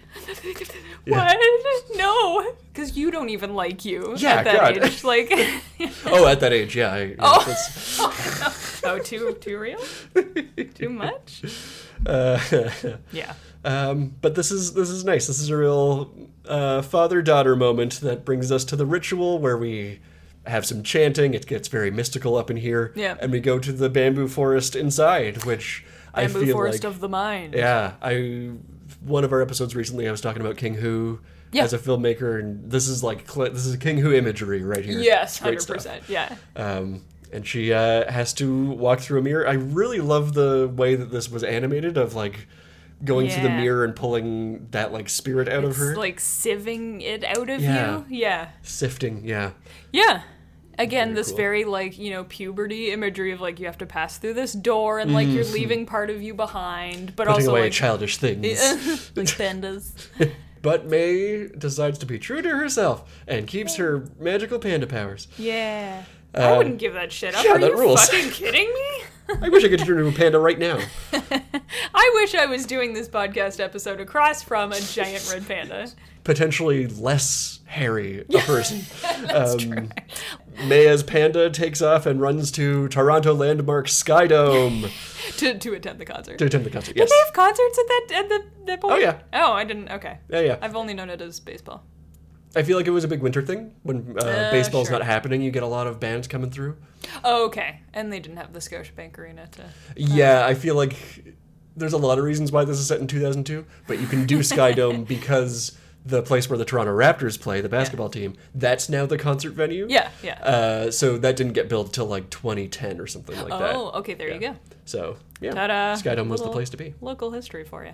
[SPEAKER 2] what? No. Cuz you don't even like you
[SPEAKER 1] Yeah,
[SPEAKER 2] at that
[SPEAKER 1] God.
[SPEAKER 2] age. Like
[SPEAKER 1] Oh, at that age, yeah. I, yeah, that's-
[SPEAKER 2] Oh, too too real? Too much?
[SPEAKER 1] Uh,
[SPEAKER 2] yeah.
[SPEAKER 1] um, but this is this is nice. This is a real uh, father daughter moment that brings us to the ritual where we have some chanting. It gets very mystical up in here.
[SPEAKER 2] Yeah.
[SPEAKER 1] And we go to the bamboo forest inside, which I
[SPEAKER 2] Bamboo
[SPEAKER 1] feel
[SPEAKER 2] Forest
[SPEAKER 1] like,
[SPEAKER 2] of the Mind.
[SPEAKER 1] Yeah, I one of our episodes recently, I was talking about King Hu
[SPEAKER 2] Yeah.
[SPEAKER 1] as a filmmaker, and this is like cl- this is King Hu imagery right here.
[SPEAKER 2] Yes,
[SPEAKER 1] It's great
[SPEAKER 2] hundred
[SPEAKER 1] stuff.
[SPEAKER 2] percent. Yeah,
[SPEAKER 1] Um, and she uh, has to walk through a mirror. I really love the way that this was animated of like going through the
[SPEAKER 2] Yeah.
[SPEAKER 1] mirror and pulling that like spirit out of
[SPEAKER 2] it's
[SPEAKER 1] her,
[SPEAKER 2] like sieving it out of
[SPEAKER 1] Yeah.
[SPEAKER 2] you. Yeah,
[SPEAKER 1] sifting. Yeah,
[SPEAKER 2] Yeah. Again, this
[SPEAKER 1] cool.
[SPEAKER 2] very like, you know, puberty imagery of like you have to pass through this door and like you're leaving part of you behind, but
[SPEAKER 1] Mm-hmm. putting
[SPEAKER 2] also
[SPEAKER 1] away
[SPEAKER 2] like
[SPEAKER 1] childish things.
[SPEAKER 2] like pandas.
[SPEAKER 1] But May decides to be true to herself and keeps her magical panda powers.
[SPEAKER 2] Yeah. I wouldn't give that shit up.
[SPEAKER 1] Uh, yeah,
[SPEAKER 2] Are
[SPEAKER 1] that
[SPEAKER 2] you
[SPEAKER 1] rules.
[SPEAKER 2] fucking kidding me?
[SPEAKER 1] I wish I could turn into a panda right now.
[SPEAKER 2] I wish I was doing this podcast episode across from a giant red panda.
[SPEAKER 1] potentially less hairy a person. um, Maya's panda takes off and runs to Toronto landmark Skydome
[SPEAKER 2] To, to attend the concert.
[SPEAKER 1] to attend the concert. Yes.
[SPEAKER 2] They have concerts at that at the that point?
[SPEAKER 1] yeah.
[SPEAKER 2] Oh, I didn't okay.
[SPEAKER 1] Yeah, yeah.
[SPEAKER 2] I've only known it as baseball.
[SPEAKER 1] I feel like it was a big winter thing when uh,
[SPEAKER 2] Uh,
[SPEAKER 1] baseball's
[SPEAKER 2] sure.
[SPEAKER 1] not happening. You get a lot of bands coming through.
[SPEAKER 2] Oh, okay. And they didn't have the Scotia Bank Arena to
[SPEAKER 1] Yeah, I feel like there's a lot of reasons why this is set in 2002, but you can do Skydome because the place where the Toronto Raptors play, the basketball team, that's now the concert venue.
[SPEAKER 2] Yeah, yeah.
[SPEAKER 1] Uh, so that didn't get built till like 2010 or something like that.
[SPEAKER 2] Oh, okay, there you
[SPEAKER 1] Yeah.
[SPEAKER 2] go.
[SPEAKER 1] So yeah,
[SPEAKER 2] Ta-da.
[SPEAKER 1] Skydome was the
[SPEAKER 2] Little
[SPEAKER 1] place to be.
[SPEAKER 2] Local history for you.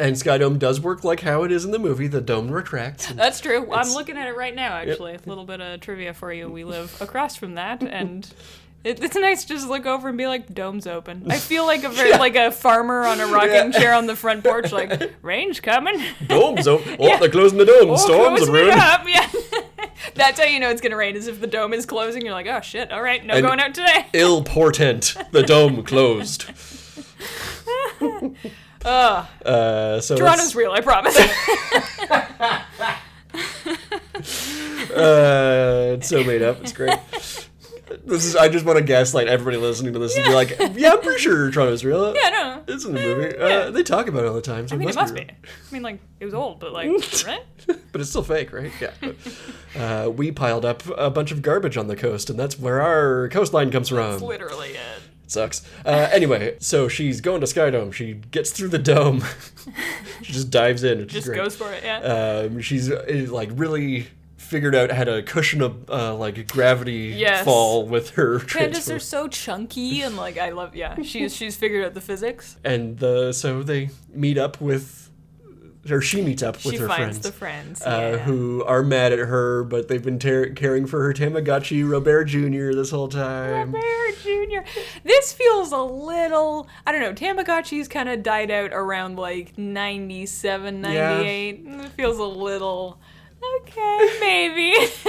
[SPEAKER 1] And Skydome does work like how it is in the movie. The dome retracts. and-
[SPEAKER 2] That's true. I'm looking at it right now, actually. A little bit of trivia for you. We live across from that, and it, it's nice to just look over and be like, "Dome's open." I feel like a very, like a farmer on a rocking chair on the front porch, like rain's coming.
[SPEAKER 1] domes. Oh, oh they're closing the dome.
[SPEAKER 2] Oh,
[SPEAKER 1] Storms
[SPEAKER 2] closing
[SPEAKER 1] are
[SPEAKER 2] it
[SPEAKER 1] brewing.
[SPEAKER 2] up. Yeah. That's how you know it's gonna rain. Is if the dome is closing, you're like, "Oh shit! All right, no
[SPEAKER 1] And-
[SPEAKER 2] going out today."
[SPEAKER 1] Ill portent. The dome closed. uh, so
[SPEAKER 2] Toronto's real, I promise.
[SPEAKER 1] it's, uh, it's so made up. It's great. This is. I just want to gaslight everybody listening to this and be like, "Yeah, I'm pretty sure Toronto's real.
[SPEAKER 2] I don't know.
[SPEAKER 1] It's in the movie.
[SPEAKER 2] Yeah.
[SPEAKER 1] Uh, they talk about it all the time. So
[SPEAKER 2] I mean, it must be.
[SPEAKER 1] real.
[SPEAKER 2] I mean, like it was old, but like, right?
[SPEAKER 1] But it's still fake, right? Yeah. uh, we piled up a bunch of garbage on the coast, and that's where our coastline comes from.
[SPEAKER 2] Literally it.
[SPEAKER 1] It sucks. Uh, anyway, so she's going to Skydome. She gets through the dome. she just dives in. Which
[SPEAKER 2] Just
[SPEAKER 1] is great.
[SPEAKER 2] goes for it. Yeah.
[SPEAKER 1] Um, she's uh, like really figured out how to cushion a uh, like gravity
[SPEAKER 2] Yes.
[SPEAKER 1] fall with her
[SPEAKER 2] Pandas
[SPEAKER 1] transfer.
[SPEAKER 2] are so chunky and like I
[SPEAKER 1] uh,
[SPEAKER 2] love yeah. She's she's figured out the physics.
[SPEAKER 1] and the, so they meet up with or she meets up with
[SPEAKER 2] she
[SPEAKER 1] her
[SPEAKER 2] finds
[SPEAKER 1] friends.
[SPEAKER 2] the friends.
[SPEAKER 1] uh,
[SPEAKER 2] yeah.
[SPEAKER 1] who are mad at her, but they've been ter- caring for her Tamagotchi Robert Jr. this whole time.
[SPEAKER 2] Bear Jr. This feels a little, I don't know, Tamagotchi's kind of died out around like 97, 98. It feels a little, okay, maybe.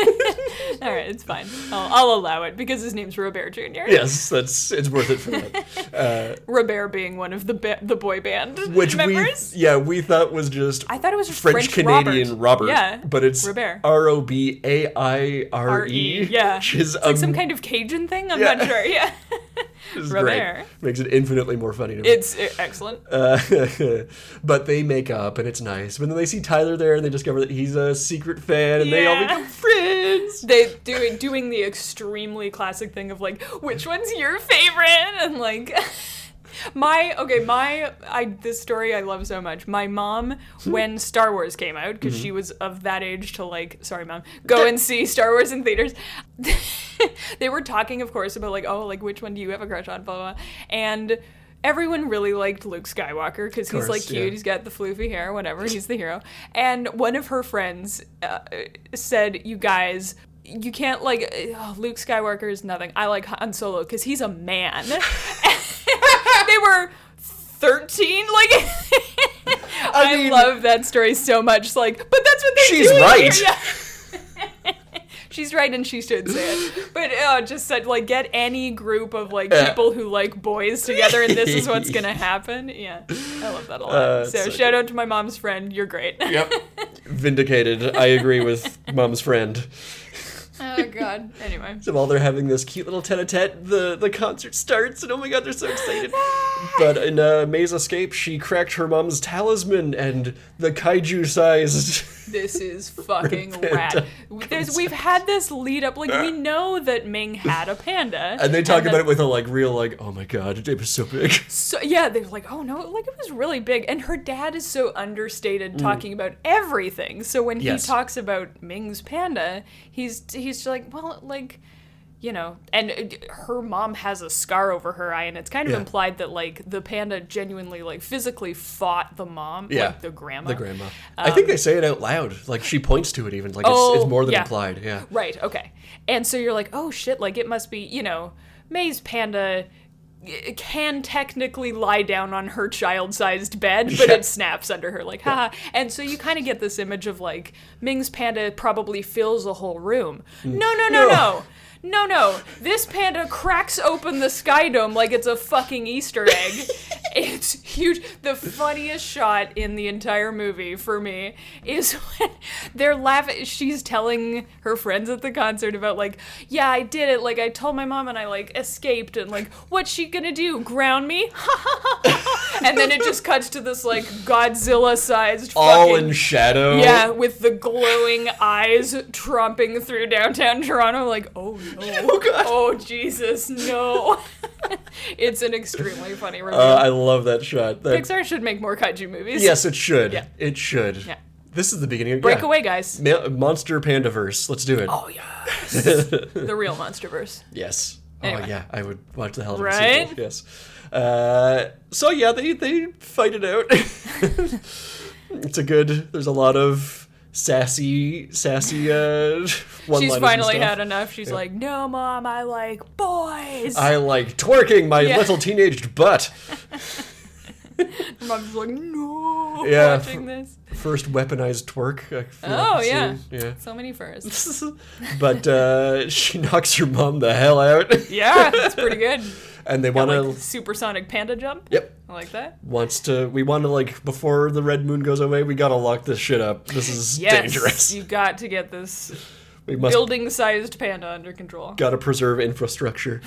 [SPEAKER 2] All right, it's fine. I'll, I'll allow it because his name's Robert Jr.
[SPEAKER 1] Yes, that's it's worth it for that.
[SPEAKER 2] Robert being one of the ba- the boy band
[SPEAKER 1] Which
[SPEAKER 2] members.
[SPEAKER 1] we yeah we thought was just
[SPEAKER 2] I thought it was just
[SPEAKER 1] French Canadian Robert,
[SPEAKER 2] Yeah,
[SPEAKER 1] but it's
[SPEAKER 2] Robert.
[SPEAKER 1] R O B A I R E,
[SPEAKER 2] R-E, yeah.
[SPEAKER 1] which is
[SPEAKER 2] It's like some
[SPEAKER 1] um,
[SPEAKER 2] kind of Cajun thing. I'm
[SPEAKER 1] Yeah.
[SPEAKER 2] not sure. Yeah,
[SPEAKER 1] is
[SPEAKER 2] Robert.
[SPEAKER 1] great. Makes it infinitely more funny to me.
[SPEAKER 2] it's uh, excellent.
[SPEAKER 1] Uh, but they make up and it's nice. But then they see Tyler there and they discover that he's a secret fan and they all
[SPEAKER 2] Yeah.
[SPEAKER 1] become friends.
[SPEAKER 2] they do doing the extremely classic thing of like which one's your favorite and like my okay my i this story i love so much my mom
[SPEAKER 1] Hmm.
[SPEAKER 2] when star wars came out because
[SPEAKER 1] Mm-hmm.
[SPEAKER 2] she was of that age to like sorry mom go and see star wars in theaters they were talking of course about like oh like which one do you have a crush on blah blah, blah. and everyone really liked luke skywalker because he's like
[SPEAKER 1] course, yeah.
[SPEAKER 2] cute he's got the floofy hair whatever he's the hero and one of her friends uh, said you guys you can't like uh, Luke Skywalker is nothing. I like Han Solo because he's a man. they were thirteen. Like I,
[SPEAKER 1] mean-
[SPEAKER 2] love that story so much. Like, but that's what they're
[SPEAKER 1] She's
[SPEAKER 2] doing
[SPEAKER 1] right.
[SPEAKER 2] here, yeah. She's right, and she should say it. But uh, just said, like, get any group of like
[SPEAKER 1] Yeah.
[SPEAKER 2] people who like boys together, and this is what's gonna happen. Yeah, I love that a lot.
[SPEAKER 1] Uh,
[SPEAKER 2] so,
[SPEAKER 1] it's so
[SPEAKER 2] shout out to my mom's friend. You're great.
[SPEAKER 1] Yep. Vindicated. I agree with mom's friend.
[SPEAKER 2] oh God. Anyway.
[SPEAKER 1] So while they're having this cute little tete-a-tete, the, the concert starts, and oh my god, they're so excited. but in uh, May's escape, she cracked her mom's talisman, and the kaiju-sized...
[SPEAKER 2] This is fucking rad. There's, we've had this lead up. Like, we know that Ming had a panda.
[SPEAKER 1] and they talk
[SPEAKER 2] the-
[SPEAKER 1] about it with a, like, real, like, oh my god, it was so big.
[SPEAKER 2] So, yeah, they're like, oh no, like it was really big. And her dad is so understated talking about everything. So when
[SPEAKER 1] Mm. Yes.
[SPEAKER 2] he talks about Ming's panda, he's he's just like, well, like, you know, and uh, her mom has a scar over her eye, and it's kind of
[SPEAKER 1] Yeah.
[SPEAKER 2] implied that like the panda genuinely like physically fought the mom, like the grandma,
[SPEAKER 1] The grandma. I think they say it out loud. Like, she points to it even. Like, it's,
[SPEAKER 2] Oh,
[SPEAKER 1] it's more than
[SPEAKER 2] yeah.
[SPEAKER 1] implied, Um, yeah.
[SPEAKER 2] Right, okay. And so you're like, oh shit, like it must be, you know, May's panda eh, can technically lie down on her child sized bed, but
[SPEAKER 1] Yeah.
[SPEAKER 2] it snaps under her, like, haha. And so you kind of get this image of like, Ming's panda probably fills a whole room. No, no,
[SPEAKER 1] No.
[SPEAKER 2] no, no. No, no. This panda cracks open the sky dome like it's a fucking Easter egg. it's huge. The funniest shot in the entire movie for me is when they're laughing. She's telling her friends at the concert about, like, yeah, I did it. Like, I told my mom and I, like, escaped. And, like, what's she gonna do? Ground me? and then it just cuts to this, like, Godzilla sized
[SPEAKER 1] All
[SPEAKER 2] fucking
[SPEAKER 1] in shadow.
[SPEAKER 2] yeah, with the glowing eyes tromping through downtown Toronto, like, oh no. Oh,
[SPEAKER 1] God.
[SPEAKER 2] Jesus, no. it's an extremely funny review.
[SPEAKER 1] Uh, I love that shot. That,
[SPEAKER 2] Pixar should make more kaiju movies.
[SPEAKER 1] Yes, it should.
[SPEAKER 2] Yeah.
[SPEAKER 1] It should.
[SPEAKER 2] Yeah.
[SPEAKER 1] This is the beginning of
[SPEAKER 2] Break
[SPEAKER 1] yeah.
[SPEAKER 2] away, guys.
[SPEAKER 1] Ma- Monster Pandaverse. Let's do it.
[SPEAKER 2] Oh, yes. the real Monsterverse.
[SPEAKER 1] Yes. Oh
[SPEAKER 2] Anyway.
[SPEAKER 1] yeah, I would watch the hell out of a
[SPEAKER 2] Right?
[SPEAKER 1] sequel. Yes. Uh, so yeah, they they fight it out. it's a good. There's a lot of sassy, sassy. Uh, one
[SPEAKER 2] She's finally had enough. She's like, no, mom, I like boys.
[SPEAKER 1] I like twerking my
[SPEAKER 2] Yeah.
[SPEAKER 1] little teenaged butt.
[SPEAKER 2] Mom's like, no,
[SPEAKER 1] Yeah.
[SPEAKER 2] watching this.
[SPEAKER 1] First weaponized twerk. I feel
[SPEAKER 2] Oh,
[SPEAKER 1] I've
[SPEAKER 2] yeah.
[SPEAKER 1] seen. yeah.
[SPEAKER 2] So many firsts.
[SPEAKER 1] but uh, she knocks her mom the hell out,
[SPEAKER 2] yeah, that's pretty good.
[SPEAKER 1] and they
[SPEAKER 2] Got,
[SPEAKER 1] want to.
[SPEAKER 2] like, supersonic panda jump.
[SPEAKER 1] yep.
[SPEAKER 2] I like that.
[SPEAKER 1] wants to we want to like before the red moon goes away we gotta lock this shit up this is
[SPEAKER 2] Yes,
[SPEAKER 1] dangerous
[SPEAKER 2] you got to get this
[SPEAKER 1] we must
[SPEAKER 2] building-sized panda under control.
[SPEAKER 1] gotta preserve infrastructure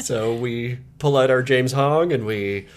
[SPEAKER 1] so we pull out our james hong and we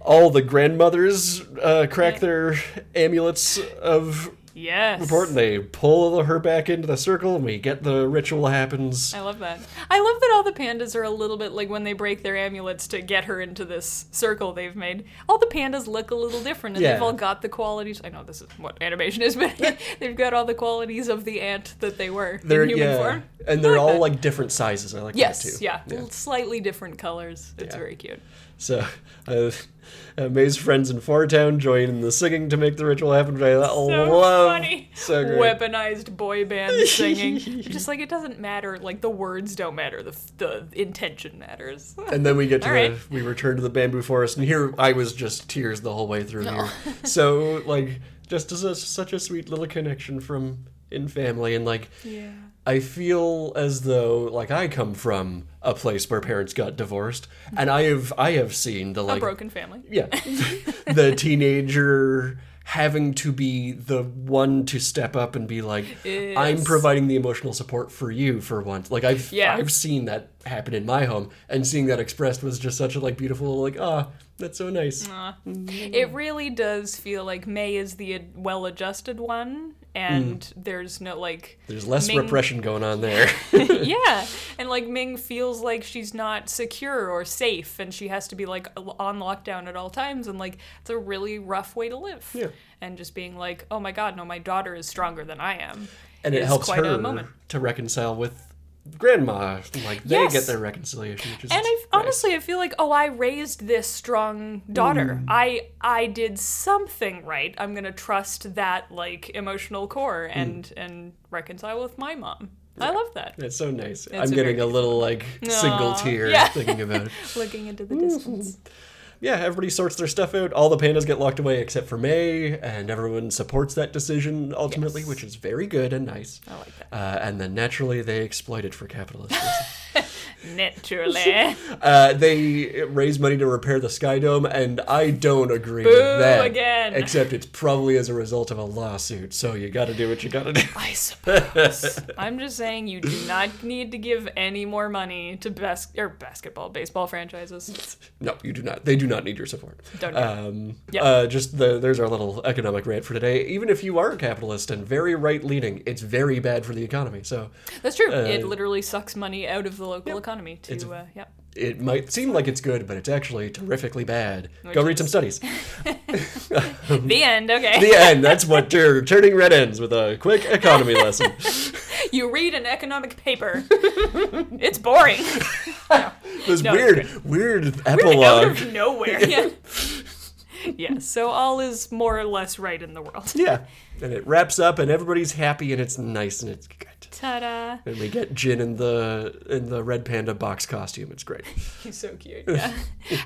[SPEAKER 1] all the grandmothers uh, crack their amulets of
[SPEAKER 2] Yes.
[SPEAKER 1] important. They pull her back into the circle, and we get the ritual happens.
[SPEAKER 2] I love that. I love that all the pandas are a little bit like when they break their amulets to get her into this circle they've made. All the pandas look a little different, and
[SPEAKER 1] Yeah.
[SPEAKER 2] they've all got the qualities. I know this is what animation is, but they've got all the qualities of the ant that they were
[SPEAKER 1] They're
[SPEAKER 2] in human
[SPEAKER 1] yeah,
[SPEAKER 2] form.
[SPEAKER 1] and they're
[SPEAKER 2] I
[SPEAKER 1] all
[SPEAKER 2] that.
[SPEAKER 1] like different sizes. I like that
[SPEAKER 2] Yes,
[SPEAKER 1] too.
[SPEAKER 2] yeah. slightly different colors. It's
[SPEAKER 1] Yeah.
[SPEAKER 2] very cute.
[SPEAKER 1] So, uh, uh, May's friends in Fartown join in the singing to make the ritual happen. But I love
[SPEAKER 2] funny.
[SPEAKER 1] so great.
[SPEAKER 2] Weaponized boy band singing. Just like it doesn't matter. Like the words don't matter. The the intention matters.
[SPEAKER 1] And then we get to the,
[SPEAKER 2] All right.
[SPEAKER 1] we return to the bamboo forest, and here I was just tears the whole way through here. So like, just as a, such a sweet little connection from in family, and like,
[SPEAKER 2] Yeah.
[SPEAKER 1] I feel as though like I come from a place where parents got divorced, and I have I have seen the
[SPEAKER 2] A
[SPEAKER 1] like Mm-hmm.
[SPEAKER 2] broken family.
[SPEAKER 1] yeah the teenager having to be the one to step up and be like i'm
[SPEAKER 2] Yes.
[SPEAKER 1] providing the emotional support for you for once like i've
[SPEAKER 2] Yeah.
[SPEAKER 1] i've seen that happen in my home and seeing that expressed was just such a like beautiful like ah that's so nice
[SPEAKER 2] It really does feel like May is the ad- well-adjusted one, and there's no like.
[SPEAKER 1] Mm. there's less
[SPEAKER 2] Ming-
[SPEAKER 1] repression going on there
[SPEAKER 2] yeah, and like Ming feels like she's not secure or safe, and she has to be like l- on lockdown at all times, and like it's a really rough way to live.
[SPEAKER 1] Yeah.
[SPEAKER 2] And just being like, oh my god, no, my daughter is stronger than I am.
[SPEAKER 1] and it
[SPEAKER 2] is
[SPEAKER 1] helps
[SPEAKER 2] quite a
[SPEAKER 1] her
[SPEAKER 2] moment.
[SPEAKER 1] to reconcile with grandma like they
[SPEAKER 2] Yes.
[SPEAKER 1] get their reconciliation which is
[SPEAKER 2] and I
[SPEAKER 1] nice.
[SPEAKER 2] honestly I feel like oh I raised this strong daughter. I I did something right. I'm going to trust that like emotional core and and reconcile with my mom. I love that.
[SPEAKER 1] it's so nice
[SPEAKER 2] a
[SPEAKER 1] i'm
[SPEAKER 2] very
[SPEAKER 1] getting a little like single tear
[SPEAKER 2] yeah.
[SPEAKER 1] thinking about it
[SPEAKER 2] Looking into the distance.
[SPEAKER 1] yeah, everybody sorts their stuff out. All the pandas get locked away except for May, and everyone supports that decision ultimately, which is very good and nice. I
[SPEAKER 2] like
[SPEAKER 1] that. Uh, and then naturally, they exploit it for capitalist reasons.
[SPEAKER 2] Naturally.
[SPEAKER 1] uh, they raise money to repair the Sky Dome, and I don't agree with that.
[SPEAKER 2] again.
[SPEAKER 1] Except it's probably as a result of a lawsuit, so you gotta do what you gotta do.
[SPEAKER 2] I suppose. I'm just saying you do not need to give any more money to bas- or basketball baseball franchises.
[SPEAKER 1] No, you do not. They do not need your support.
[SPEAKER 2] Don't do it.
[SPEAKER 1] Um,
[SPEAKER 2] Yeah.
[SPEAKER 1] uh, just the, there's our little economic rant for today. Even if you are a capitalist and very right leaning, it's very bad for the economy. So
[SPEAKER 2] That's true. it literally sucks money out of the local economy to uh, yeah.
[SPEAKER 1] it might seem like it's good, but it's actually terrifically bad. Go read some studies.
[SPEAKER 2] The end. Okay.
[SPEAKER 1] The end. That's what tur- turning red ends with a quick economy lesson.
[SPEAKER 2] you read an economic paper. it's boring.
[SPEAKER 1] This
[SPEAKER 2] No,
[SPEAKER 1] weird, weird
[SPEAKER 2] out
[SPEAKER 1] epilogue.
[SPEAKER 2] of nowhere. Yeah. yeah. So all is more or less right in the world.
[SPEAKER 1] Yeah, and it wraps up, and everybody's happy, and it's nice, and it's good.
[SPEAKER 2] Ta-da!
[SPEAKER 1] And we get Jin in the in the red panda box costume. It's great.
[SPEAKER 2] He's so cute. Yeah.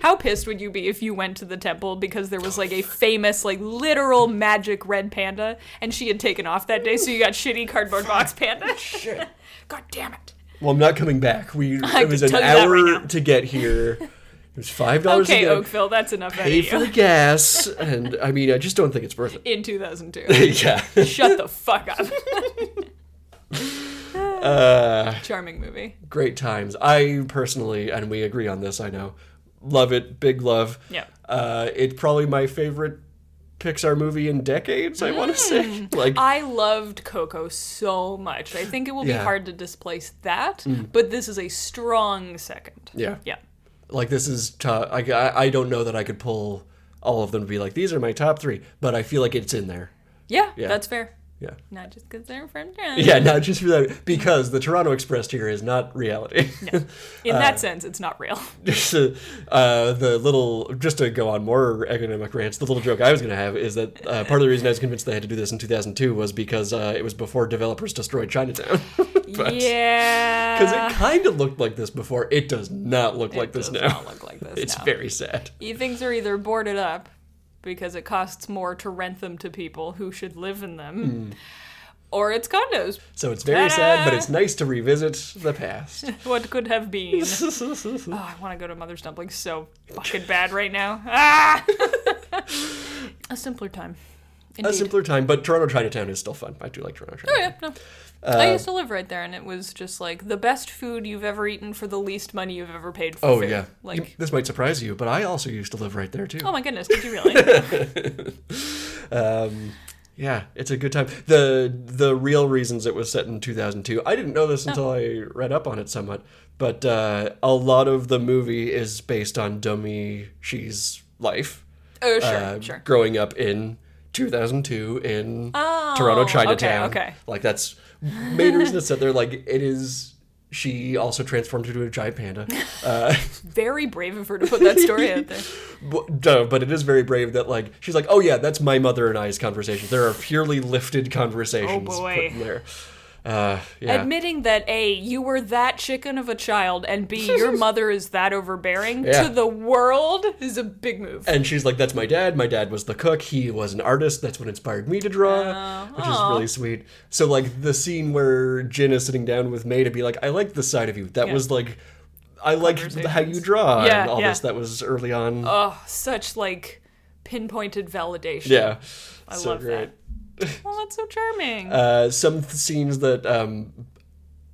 [SPEAKER 2] How pissed would you be if you went to the temple because there was like a famous, like literal magic red panda, and she had taken off that day, so you got shitty cardboard box panda. Shit. God damn it.
[SPEAKER 1] Well, I'm not coming back. We it
[SPEAKER 2] can
[SPEAKER 1] was an
[SPEAKER 2] tell you that
[SPEAKER 1] hour
[SPEAKER 2] right now.
[SPEAKER 1] to get here. It was five dollars.
[SPEAKER 2] Okay,
[SPEAKER 1] to get,
[SPEAKER 2] Oakville, that's enough out of
[SPEAKER 1] Pay for the
[SPEAKER 2] you.
[SPEAKER 1] gas, and I mean, I just don't think it's worth it.
[SPEAKER 2] In 2002.
[SPEAKER 1] yeah.
[SPEAKER 2] Shut the fuck up.
[SPEAKER 1] Uh,
[SPEAKER 2] Charming movie.
[SPEAKER 1] great times. I personally, and we agree on this, I know, love it. Big love.
[SPEAKER 2] Yeah.
[SPEAKER 1] Uh, it's probably my favorite Pixar movie in decades. I want to say, like,
[SPEAKER 2] I loved Coco so much. I think it will
[SPEAKER 1] Yeah. Mm-hmm.
[SPEAKER 2] be hard to displace that, but this is a strong second.
[SPEAKER 1] yeah,
[SPEAKER 2] Yeah.
[SPEAKER 1] like this is. Top, I I I don't know that I could pull all of them to be like these are my top three, but I feel like it's in there.
[SPEAKER 2] Yeah,
[SPEAKER 1] Yeah.
[SPEAKER 2] that's fair.
[SPEAKER 1] Yeah.
[SPEAKER 2] Not just because they're from China.
[SPEAKER 1] Yeah, not just for that, because the Toronto Express here is not reality.
[SPEAKER 2] In
[SPEAKER 1] Uh,
[SPEAKER 2] that sense, it's not real.
[SPEAKER 1] Just, uh, uh, the little, just to go on more economic rants, the little joke I was going to have is that uh, part of the reason I was convinced they had to do this in 2002 was because uh, it was before developers destroyed Chinatown. But-
[SPEAKER 2] yeah.
[SPEAKER 1] Because it kind of looked like this before. It does not look like this
[SPEAKER 2] does
[SPEAKER 1] now.
[SPEAKER 2] not look like this
[SPEAKER 1] it's
[SPEAKER 2] now.
[SPEAKER 1] very sad.
[SPEAKER 2] E- Things are either boarded up because it costs more to rent them to people who should live in them,
[SPEAKER 1] Mm.
[SPEAKER 2] or it's condos.
[SPEAKER 1] So it's very sad, but it's nice to revisit the past.
[SPEAKER 2] What could have been? oh, I want to go to Mother's Dumpling so fucking bad right now. Ah! A simpler time. Indeed.
[SPEAKER 1] A simpler time, but Toronto Chinatown is still fun. I do like Toronto Chinatown.
[SPEAKER 2] Yeah, no. I used to
[SPEAKER 1] Um,
[SPEAKER 2] live right there, and it was just like the best food you've ever eaten for the least money you've ever paid for.
[SPEAKER 1] Oh,
[SPEAKER 2] food.
[SPEAKER 1] yeah.
[SPEAKER 2] like
[SPEAKER 1] this might surprise you, but I also used to live right there, too.
[SPEAKER 2] Oh my goodness, did you really?
[SPEAKER 1] Yeah, it's a good time. The the real reasons it was set in 2002. I didn't know
[SPEAKER 2] Oh.
[SPEAKER 1] this until I read up on it somewhat, but uh, a lot of the movie is based on Dummy She's life.
[SPEAKER 2] Oh, sure,
[SPEAKER 1] uh,
[SPEAKER 2] sure.
[SPEAKER 1] Growing up in 2002 in Toronto, Chinatown.
[SPEAKER 2] Oh, okay.
[SPEAKER 1] Like that's main reason it's set there. Like it is. She also transformed into a giant panda.
[SPEAKER 2] Very brave of her to put that story out there.
[SPEAKER 1] But, uh, but it is very brave that like she's like, oh yeah, that's my mother and I's conversation. There are purely lifted conversations
[SPEAKER 2] Oh, boy.
[SPEAKER 1] put in there. Uh, yeah.
[SPEAKER 2] Admitting that A, you were that chicken of a child, and B, your mother is that overbearing
[SPEAKER 1] Yeah.
[SPEAKER 2] to the world is a big move.
[SPEAKER 1] and she's like, "That's my dad. My dad was the cook. He was an artist. That's what inspired me to draw,"
[SPEAKER 2] Oh,
[SPEAKER 1] which is really sweet. So like the scene where Jin is sitting down with May to be like, "I like this side of you. That was like, I like how you draw
[SPEAKER 2] Yeah,
[SPEAKER 1] and all
[SPEAKER 2] yeah. Oh.
[SPEAKER 1] this. That was early on.
[SPEAKER 2] Such like pinpointed validation.
[SPEAKER 1] yeah,
[SPEAKER 2] I love that. Well, that's so charming.
[SPEAKER 1] uh, some th- scenes that um,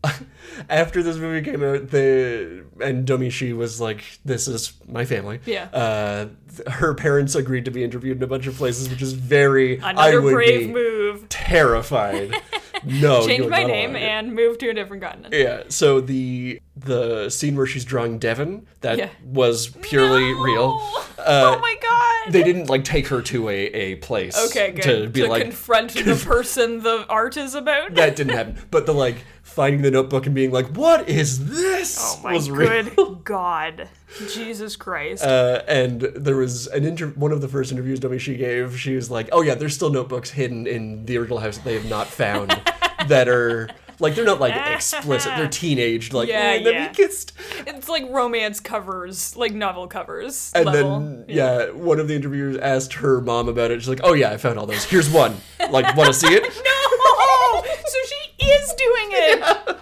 [SPEAKER 1] after this movie came out, the and Domishi was like, "This is my family."
[SPEAKER 2] Yeah.
[SPEAKER 1] Uh, th- her parents agreed to be interviewed in a bunch of places, which is very I
[SPEAKER 2] Another
[SPEAKER 1] would
[SPEAKER 2] brave
[SPEAKER 1] be
[SPEAKER 2] move.
[SPEAKER 1] terrified. no,
[SPEAKER 2] Change
[SPEAKER 1] you're
[SPEAKER 2] my
[SPEAKER 1] not
[SPEAKER 2] name
[SPEAKER 1] allowed.
[SPEAKER 2] and move to a different continent.
[SPEAKER 1] Yeah, so the the scene where she's drawing Devon that
[SPEAKER 2] Yeah.
[SPEAKER 1] was purely
[SPEAKER 2] No!
[SPEAKER 1] real. Uh,
[SPEAKER 2] oh my god.
[SPEAKER 1] They didn't like take her to a, a place
[SPEAKER 2] okay, good.
[SPEAKER 1] to be like
[SPEAKER 2] confront the person the art is about.
[SPEAKER 1] that didn't happen. But the like finding the notebook and being like, "What is this?"
[SPEAKER 2] oh my
[SPEAKER 1] was real.
[SPEAKER 2] good god. Jesus Christ.
[SPEAKER 1] Uh, and there was an inter- one of the first interviews Dummy she gave. She was like, "Oh yeah, there's still notebooks hidden in the original house that they have not found that are like they're not like explicit. They're teenaged. Like
[SPEAKER 2] Yeah,
[SPEAKER 1] "Oh, then
[SPEAKER 2] yeah.
[SPEAKER 1] we kissed."
[SPEAKER 2] it's like romance covers, like novel covers
[SPEAKER 1] And
[SPEAKER 2] level.
[SPEAKER 1] then yeah. one of the interviewers asked her mom about it. She's like, "Oh yeah, I found all those. Here's one. Like, want to see it?"
[SPEAKER 2] No! so she is doing it!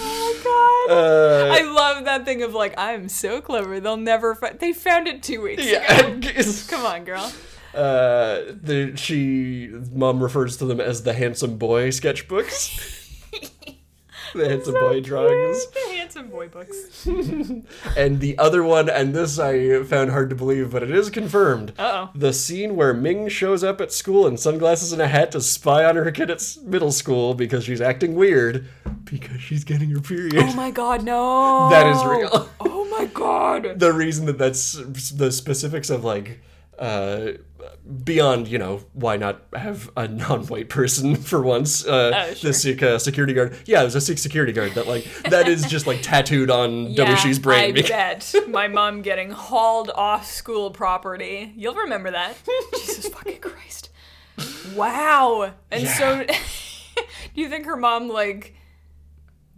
[SPEAKER 2] Oh my god.
[SPEAKER 1] Uh,
[SPEAKER 2] I love that thing of like, I'm so clever, they'll never find. They found it two weeks ago. Come on, girl.
[SPEAKER 1] Uh, the, she mom refers to them as the handsome boy sketchbooks. the handsome boy drawings.
[SPEAKER 2] The handsome boy books.
[SPEAKER 1] And the other one, and this I found hard to believe, but it is confirmed.
[SPEAKER 2] Uh-oh.
[SPEAKER 1] The scene where Ming shows up at school in sunglasses and a hat to spy on her kid at s- middle school because she's acting weird because she's getting her period.
[SPEAKER 2] Oh my god, no.
[SPEAKER 1] that is real.
[SPEAKER 2] Oh my god.
[SPEAKER 1] the reason that that's the specifics of like uh beyond you know why not have a non-white person for once uh
[SPEAKER 2] Oh, sure.
[SPEAKER 1] the sikh uh, security guard yeah it was a sikh security guard that like that is just like tattooed on yeah, brain
[SPEAKER 2] I
[SPEAKER 1] because-
[SPEAKER 2] bet my mom getting hauled off school property. You'll remember that. Jesus fucking Christ! Wow. And so, do you think her mom like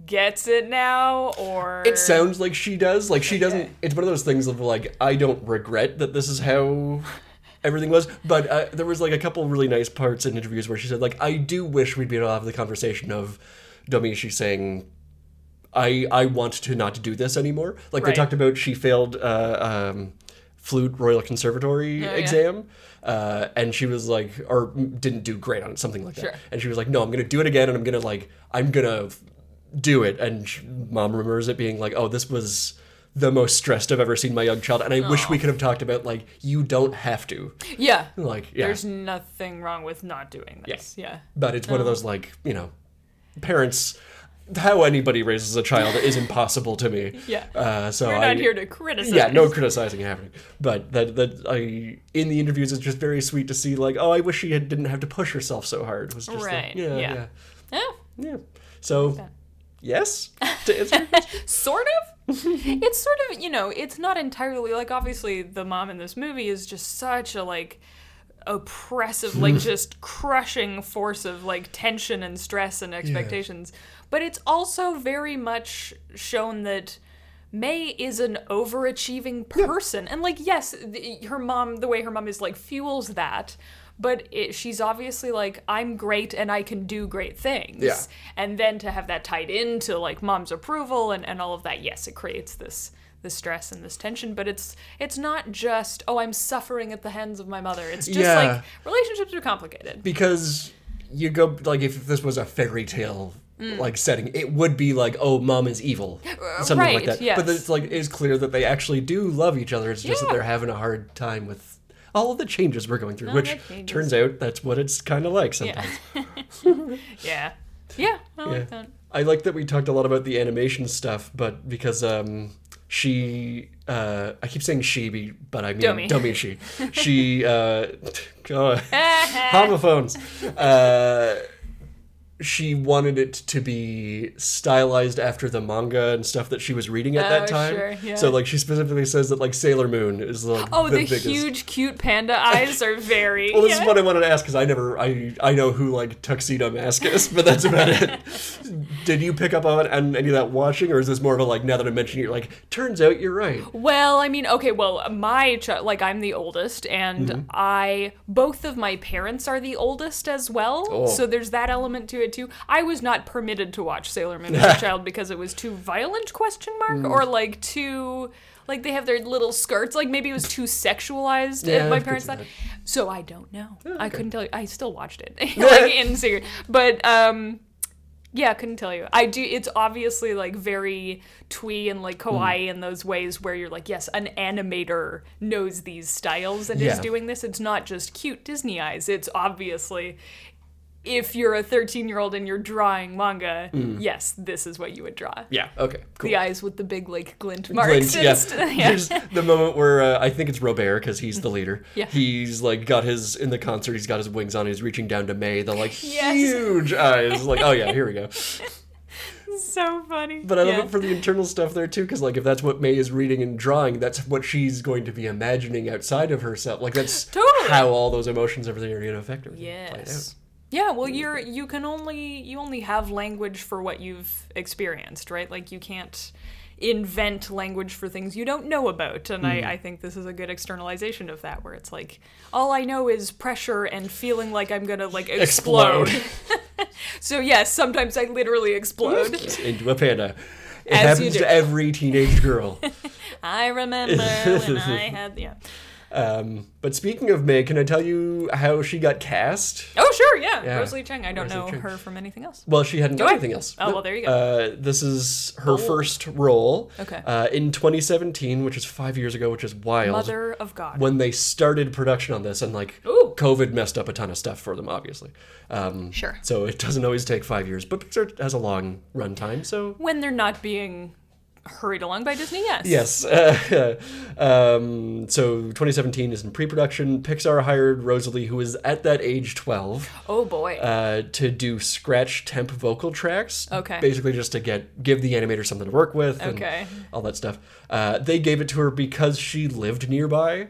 [SPEAKER 2] gets it now, or
[SPEAKER 1] it sounds like she does like she doesn't it's one of those things of like i don't regret that this is how everything was but uh, there was like a couple really nice parts in interviews where she said like i do wish we'd be able to have the conversation of domishi saying i i want to not do this anymore like
[SPEAKER 2] Right.
[SPEAKER 1] they talked about she failed uh, um, flute royal conservatory exam uh, and she was like or didn't do great on it something like that and she was like no i'm gonna do it again and i'm gonna like i'm gonna f- do it and sh- mom remembers it being like oh this was the most stressed i've ever seen my young child and i wish we could have talked about like you don't have to
[SPEAKER 2] yeah?
[SPEAKER 1] like yeah
[SPEAKER 2] There's nothing wrong with not doing this. Yeah.
[SPEAKER 1] but it's
[SPEAKER 2] Oh.
[SPEAKER 1] one of those like you know parents how anybody raises a child is impossible to me
[SPEAKER 2] Yeah.
[SPEAKER 1] uh, so
[SPEAKER 2] We're
[SPEAKER 1] I,
[SPEAKER 2] not here to criticize.
[SPEAKER 1] yeah, no criticizing happening, but that that I in the interviews it's just very sweet to see like oh I wish she had, didn't have to push herself so hard It was just like,
[SPEAKER 2] Right,
[SPEAKER 1] yeah,
[SPEAKER 2] yeah.
[SPEAKER 1] yeah
[SPEAKER 2] Yeah.
[SPEAKER 1] yeah so yes to answer your
[SPEAKER 2] sort of it's sort of you know it's not entirely like obviously the mom in this movie is just such a like oppressive like just crushing force of like tension and stress and expectations but it's also very much shown that May is an overachieving person and like yes the, her mom the way her mom is like fuels that but it, she's obviously like I'm great and I can do great things
[SPEAKER 1] Yeah.
[SPEAKER 2] and then to have that tied into like mom's approval and, and all of that yes it creates this this stress and this tension but it's it's not just oh i'm suffering at the hands of my mother it's just
[SPEAKER 1] Yeah.
[SPEAKER 2] like relationships are complicated
[SPEAKER 1] because you go like if this was a fairy tale
[SPEAKER 2] Mm.
[SPEAKER 1] like setting it would be like oh mom is evil something
[SPEAKER 2] Uh, right,
[SPEAKER 1] like that
[SPEAKER 2] yes.
[SPEAKER 1] but it's like it's clear that they actually do love each other it's just
[SPEAKER 2] Yeah.
[SPEAKER 1] that they're having a hard time with all of the changes we're going through, which
[SPEAKER 2] the changes.
[SPEAKER 1] turns out that's what it's kind of like sometimes.
[SPEAKER 2] Yeah. Yeah. I like that.
[SPEAKER 1] I like that we talked a lot about the animation stuff, but because um, she, uh, I keep saying she, be- but I mean
[SPEAKER 2] Dummy.
[SPEAKER 1] dummy she. She, uh, God, homophones. Uh, she wanted it to be stylized after the manga and stuff that she was reading at that
[SPEAKER 2] Oh,
[SPEAKER 1] time.
[SPEAKER 2] sure, yeah.
[SPEAKER 1] So like she specifically says that like Sailor Moon is like
[SPEAKER 2] Oh, the,
[SPEAKER 1] biggest.
[SPEAKER 2] huge, cute panda eyes are very.
[SPEAKER 1] Well, this
[SPEAKER 2] yeah.
[SPEAKER 1] is what I wanted to ask because I never, I, I know who like Tuxedo Mask is, but that's about it. Did you pick up on on any of that watching, or is this more of a like now that I mentioned it, you're like, turns out you're right.
[SPEAKER 2] Well, I mean, okay, well, my child, like, I'm the oldest, and I, both of my parents are the oldest as well. So there's that element to it, too. I was not permitted to watch Sailor Moon as a child because it was too violent, question mark, or like too, like, they have their little skirts. Like, maybe it was too sexualized
[SPEAKER 1] Yeah,
[SPEAKER 2] at my
[SPEAKER 1] I could
[SPEAKER 2] parents'
[SPEAKER 1] see
[SPEAKER 2] thought.
[SPEAKER 1] that.
[SPEAKER 2] So I don't know. I couldn't tell you. I still watched it, like, in secret. But, um,. Yeah, I couldn't tell you. I do. It's obviously like very twee and like kawaii
[SPEAKER 1] Mm-hmm.
[SPEAKER 2] in those ways where you're like, yes, an animator knows these styles and is
[SPEAKER 1] Yeah.
[SPEAKER 2] doing this. It's not just cute Disney eyes. It's obviously if you're a 13 year old and you're drawing manga, yes, this is what you would draw.
[SPEAKER 1] Mm. Yeah. Okay. Cool.
[SPEAKER 2] The eyes with the big like glint marks.
[SPEAKER 1] Lynch, yeah.
[SPEAKER 2] and
[SPEAKER 1] There's
[SPEAKER 2] st-
[SPEAKER 1] the moment where uh, I think it's Robert because he's the leader.
[SPEAKER 2] Yeah.
[SPEAKER 1] He's like got his in the concert. He's got his wings on. He's reaching down to May. The like
[SPEAKER 2] Yes.
[SPEAKER 1] huge eyes. Like oh yeah, here we go.
[SPEAKER 2] so funny.
[SPEAKER 1] But I love
[SPEAKER 2] Yeah.
[SPEAKER 1] it for the internal stuff there too, because like if that's what May is reading and drawing, that's what she's going to be imagining outside of herself. Like that's
[SPEAKER 2] Totally.
[SPEAKER 1] how all those emotions, everything are going to affect her.
[SPEAKER 2] Yes. Yeah, well you're you can only you only have language for what you've experienced, right? Like you can't invent language for things you don't know about. And
[SPEAKER 1] Hmm.
[SPEAKER 2] I, I think this is a good externalization of that where it's like all I know is pressure and feeling like I'm gonna like explode.
[SPEAKER 1] Explode
[SPEAKER 2] so yes, sometimes I literally explode.
[SPEAKER 1] into a panda. It
[SPEAKER 2] As you
[SPEAKER 1] happens
[SPEAKER 2] do.
[SPEAKER 1] to every teenage girl.
[SPEAKER 2] I remember when I had yeah.
[SPEAKER 1] um, but speaking of May, can I tell you how she got cast?
[SPEAKER 2] Oh sure, yeah.
[SPEAKER 1] Yeah.
[SPEAKER 2] Rosalie Cheng. I don't
[SPEAKER 1] Rosalie
[SPEAKER 2] know
[SPEAKER 1] Cheng.
[SPEAKER 2] her from anything else.
[SPEAKER 1] Well, she hadn't done
[SPEAKER 2] I?
[SPEAKER 1] anything else.
[SPEAKER 2] Oh, well, there you go.
[SPEAKER 1] Uh, this is her first role.
[SPEAKER 2] Okay.
[SPEAKER 1] Uh, in 2017, which is five years ago, which is wild.
[SPEAKER 2] Mother of God.
[SPEAKER 1] when they started production on this, and like
[SPEAKER 2] Ooh.
[SPEAKER 1] COVID messed up a ton of stuff for them, obviously. Um,
[SPEAKER 2] Sure.
[SPEAKER 1] So it doesn't always take five years, but Pixar has a long run time, so
[SPEAKER 2] when they're not being hurried along by Disney, yes.
[SPEAKER 1] Yes. Uh, um, so 2017 is in pre-production. Pixar hired Rosalie, who was at that age 12,
[SPEAKER 2] Oh boy.
[SPEAKER 1] uh, to do scratch temp vocal tracks.
[SPEAKER 2] Okay.
[SPEAKER 1] Basically, just to get give the animator something to work with. and
[SPEAKER 2] Okay.
[SPEAKER 1] All that stuff. Uh, they gave it to her because she lived nearby.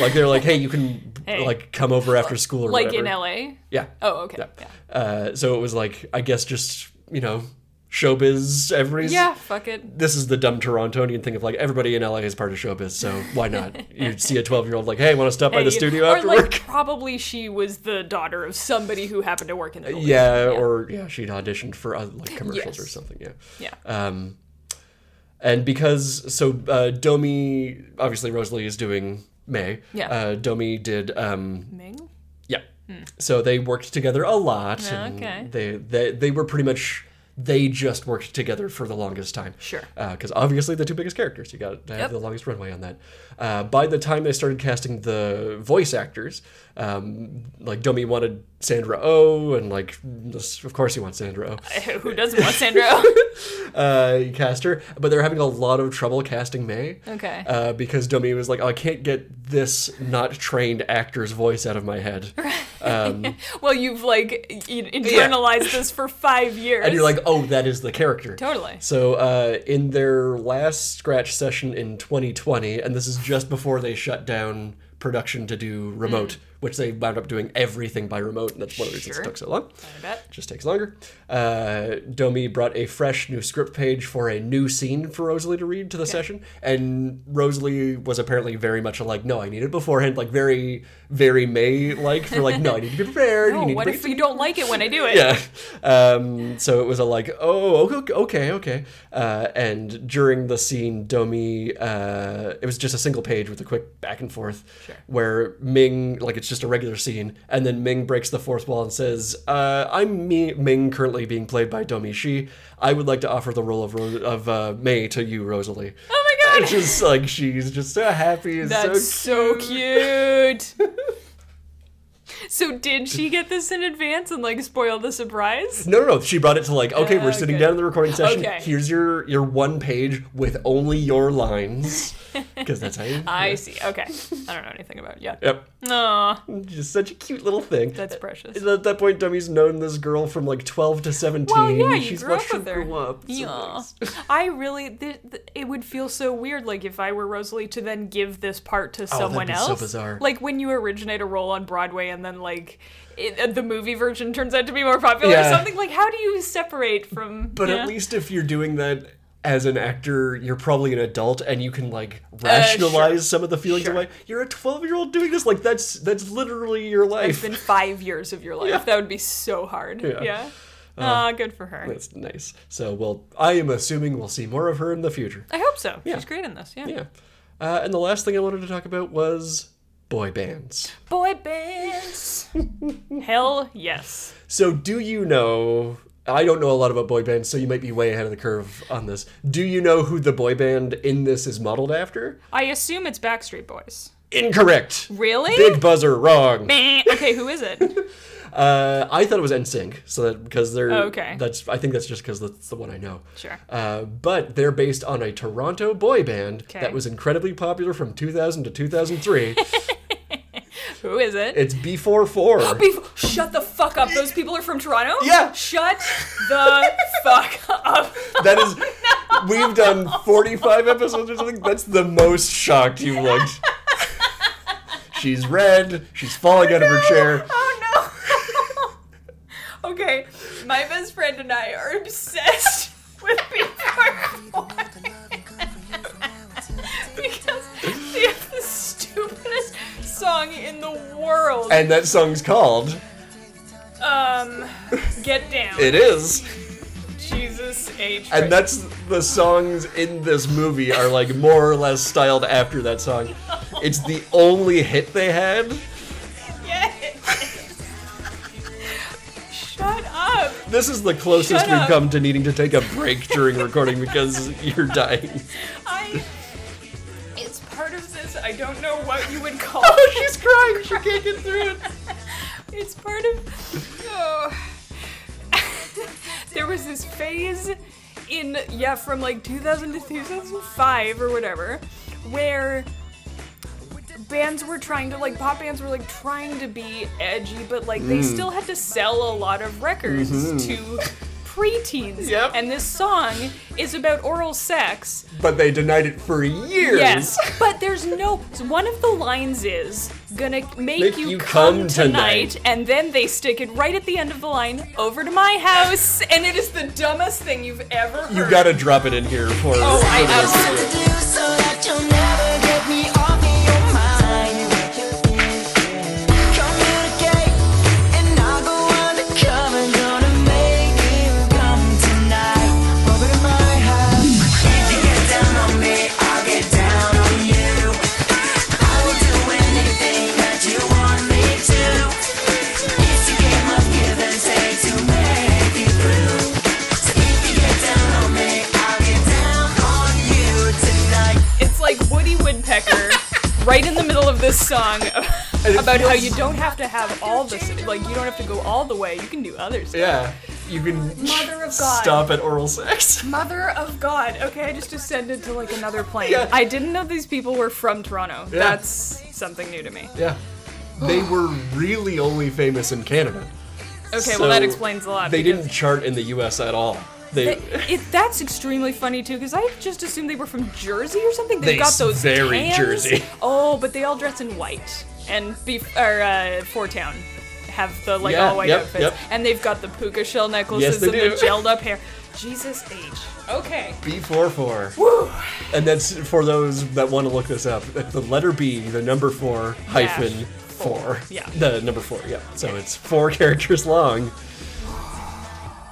[SPEAKER 1] Like they're like, hey, you can like come over after school or
[SPEAKER 2] like
[SPEAKER 1] whatever.
[SPEAKER 2] in LA.
[SPEAKER 1] Yeah.
[SPEAKER 2] Oh, okay.
[SPEAKER 1] Yeah.
[SPEAKER 2] Yeah.
[SPEAKER 1] Uh, so it was like, I guess just you know, showbiz. Everybody's
[SPEAKER 2] Yeah, fuck it.
[SPEAKER 1] this is the dumb Torontonian thing of like everybody in LA is part of showbiz, so why not? You see a twelve year old like, hey, want to stop by the
[SPEAKER 2] Hey,
[SPEAKER 1] studio
[SPEAKER 2] or
[SPEAKER 1] after
[SPEAKER 2] like,
[SPEAKER 1] work?
[SPEAKER 2] Probably she was the daughter of somebody who happened to work in the building.
[SPEAKER 1] Yeah, or yeah, she'd auditioned for uh, like commercials or
[SPEAKER 2] Yes.
[SPEAKER 1] something. Yeah,
[SPEAKER 2] Yeah.
[SPEAKER 1] Um, and because so uh, Domi obviously Rosalie is doing May.
[SPEAKER 2] Yeah.
[SPEAKER 1] Uh, Domi did um
[SPEAKER 2] Ming?
[SPEAKER 1] yeah. So they worked together a lot. and
[SPEAKER 2] Hmm. Oh, Okay.
[SPEAKER 1] They they they were pretty much. They just worked together for the longest time.
[SPEAKER 2] Sure.
[SPEAKER 1] Because obviously the two biggest characters, you got to have
[SPEAKER 2] Yep.
[SPEAKER 1] the longest runway on that. Uh, by the time they started casting the voice actors, um, like Domi wanted Sandra Oh, and like this- of course he wants Sandra Oh.
[SPEAKER 2] Who doesn't want Sandra?
[SPEAKER 1] Uh, he cast her, but they're having a lot of trouble casting May.
[SPEAKER 2] Okay.
[SPEAKER 1] Uh, because Domi was like, oh, I can't get this not trained actor's voice out of my head.
[SPEAKER 2] well, you've like i- internalized this for five years.
[SPEAKER 1] And you're like, oh, that is the character.
[SPEAKER 2] Totally.
[SPEAKER 1] So uh, in their last scratch session in 2020, and this is just before they shut down production to do remote, which they wound up doing everything by remote, and that's one of the reasons
[SPEAKER 2] Hmm. Sure.
[SPEAKER 1] it took so long.
[SPEAKER 2] I bet.
[SPEAKER 1] Just takes longer. Uh, Domi brought a fresh new script page for a new scene for Rosalie to read to the session, and Rosalie was apparently very much like, "No, I need it beforehand," like very, very May-like for like, "No, I need to be prepared."
[SPEAKER 2] Oh,
[SPEAKER 1] you need
[SPEAKER 2] what
[SPEAKER 1] to be
[SPEAKER 2] if you don't like it when I do it?
[SPEAKER 1] yeah. Um, so it was a like, oh, okay, okay, okay. Uh, and during the scene, Domi, uh, it was just a single page with a quick back and forth, where Ming, like, it's just a regular scene, and then Ming breaks the fourth wall and says, uh, "I'm Mi- Ming, currently being played by Domi Shi. I would like to offer the role of Ro- of uh, May to you, Rosalie."
[SPEAKER 2] Oh my god!
[SPEAKER 1] It's just like she's just so happy. and
[SPEAKER 2] That's
[SPEAKER 1] so
[SPEAKER 2] so cute. so did she get this in advance and like spoil the surprise?
[SPEAKER 1] No, no, no. She brought it to like, okay, we're sitting
[SPEAKER 2] Oh, okay.
[SPEAKER 1] down in the recording session.
[SPEAKER 2] Okay.
[SPEAKER 1] Here's your your one page with only your lines, because that's how you.
[SPEAKER 2] I see. Okay. I don't know anything about it yet.
[SPEAKER 1] Yep.
[SPEAKER 2] No,
[SPEAKER 1] Just such a cute little thing.
[SPEAKER 2] that's precious.
[SPEAKER 1] at that point, Dummy's known this girl from like twelve to seventeen.
[SPEAKER 2] Well, yeah, you
[SPEAKER 1] She's
[SPEAKER 2] grew up
[SPEAKER 1] watched her
[SPEAKER 2] with her.
[SPEAKER 1] grow up. It's
[SPEAKER 2] Yeah.
[SPEAKER 1] amazing.
[SPEAKER 2] I really, th- th- it would feel so weird, like if I were Rosalie to then give this part to someone
[SPEAKER 1] Oh, be so
[SPEAKER 2] else.
[SPEAKER 1] bizarre.
[SPEAKER 2] Like when you originate a role on Broadway and then like it, uh, the movie version turns out to be more popular
[SPEAKER 1] Yeah.
[SPEAKER 2] or something. Like how do you separate from?
[SPEAKER 1] But
[SPEAKER 2] yeah.
[SPEAKER 1] at least if you're doing that as an actor, you're probably an adult and you can like
[SPEAKER 2] Uh,
[SPEAKER 1] rationalize some of the feelings away. You're a twelve year old doing this. Like that's that's literally your
[SPEAKER 2] it's
[SPEAKER 1] life.
[SPEAKER 2] been five years of your life. That would be so hard. Yeah.
[SPEAKER 1] Uh,
[SPEAKER 2] Ah, good for her.
[SPEAKER 1] That's nice. So, well, I am assuming we'll see more of her in the future.
[SPEAKER 2] I hope so. She's great in this. Yeah.
[SPEAKER 1] Yeah. Uh, and the last thing I wanted to talk about was boy bands.
[SPEAKER 2] Boy bands. Hell yes.
[SPEAKER 1] So, do you know? I don't know a lot about boy bands, so you might be way ahead of the curve on this. Do you know who the boy band in this is modeled after?
[SPEAKER 2] I assume it's Backstreet Boys.
[SPEAKER 1] Incorrect.
[SPEAKER 2] Really?
[SPEAKER 1] Big buzzer, wrong.
[SPEAKER 2] Eh, okay, who is it?
[SPEAKER 1] Uh, I thought it was NSYNC, so that because they're
[SPEAKER 2] Oh, okay.
[SPEAKER 1] That's I think that's just because that's the one I know.
[SPEAKER 2] Sure.
[SPEAKER 1] Uh, but they're based on a Toronto boy band that
[SPEAKER 2] Okay.
[SPEAKER 1] was incredibly popular from 2000 to 2003.
[SPEAKER 2] Who is it?
[SPEAKER 1] it's B44.
[SPEAKER 2] Beef- Shut the fuck up. Those people are from Toronto?
[SPEAKER 1] Yeah.
[SPEAKER 2] Shut the fuck up.
[SPEAKER 1] That is, we've done 45 episodes or something. That's the most shocked you've looked. She's red. She's falling out of her chair.
[SPEAKER 2] Oh no. okay, my best friend and I are obsessed with Before because they have the stupidest song in the world.
[SPEAKER 1] And that song's called
[SPEAKER 2] Um, get down.
[SPEAKER 1] It Is.
[SPEAKER 2] Jesus H.
[SPEAKER 1] And that's the songs in this movie are like more or less styled after that song. It's the only hit they had.
[SPEAKER 2] Shut up.
[SPEAKER 1] This is the closest
[SPEAKER 2] Shut
[SPEAKER 1] we've
[SPEAKER 2] up.
[SPEAKER 1] come to needing to take a break during recording because you're dying.
[SPEAKER 2] I. It's part of this. I don't know what you would call.
[SPEAKER 1] Oh, she's crying. She can't get through it.
[SPEAKER 2] It's part of. Oh. there was this phase in yeah from like 2000 to 2005 or whatever, where bands were trying to like pop bands were like trying to be edgy, but like they still had to sell a lot of records to preteens.
[SPEAKER 1] Yep.
[SPEAKER 2] And this song is about oral sex.
[SPEAKER 1] But they denied it for years.
[SPEAKER 2] Yes, but there's no. so one of the lines is gonna make,
[SPEAKER 1] Make
[SPEAKER 2] you,
[SPEAKER 1] you
[SPEAKER 2] come,
[SPEAKER 1] come
[SPEAKER 2] tonight,
[SPEAKER 1] tonight.
[SPEAKER 2] and then they stick it right at the end of the line over to my house, and it is the dumbest thing you've ever heard.
[SPEAKER 1] You gotta drop it in here for
[SPEAKER 2] Oh, I absolutely. It's like Woody Woodpecker right in the middle of this song about how you don't have to have all this, like, you don't have to go all the way, you can do other stuff.
[SPEAKER 1] Yeah, you can
[SPEAKER 2] Mother of God.
[SPEAKER 1] stop at oral sex.
[SPEAKER 2] Mother of God. Okay, I just descended to like another plane.
[SPEAKER 1] Yeah.
[SPEAKER 2] I didn't know these people were from Toronto. That's something new to me.
[SPEAKER 1] Yeah, they were really only famous in Canada.
[SPEAKER 2] Okay,
[SPEAKER 1] So
[SPEAKER 2] well that explains a lot.
[SPEAKER 1] They
[SPEAKER 2] because-
[SPEAKER 1] didn't chart in the U.S. at all. They
[SPEAKER 2] It, it- that's extremely funny too, because I just assumed they were from Jersey or something. They've
[SPEAKER 1] They
[SPEAKER 2] got those
[SPEAKER 1] very
[SPEAKER 2] tans.
[SPEAKER 1] Jersey.
[SPEAKER 2] Oh, but they all dress in white and beef or uh, four town have the like
[SPEAKER 1] Yeah,
[SPEAKER 2] all white
[SPEAKER 1] yep,
[SPEAKER 2] outfits,
[SPEAKER 1] yep.
[SPEAKER 2] and they've got the puka shell necklaces
[SPEAKER 1] they
[SPEAKER 2] and the
[SPEAKER 1] do.
[SPEAKER 2] gelled up hair. Jesus H. Okay.
[SPEAKER 1] B44. And that's for those that want to look this up. That's the letter B, the number four hyphen four.
[SPEAKER 2] Yeah.
[SPEAKER 1] The number four, yeah. So it's four characters long.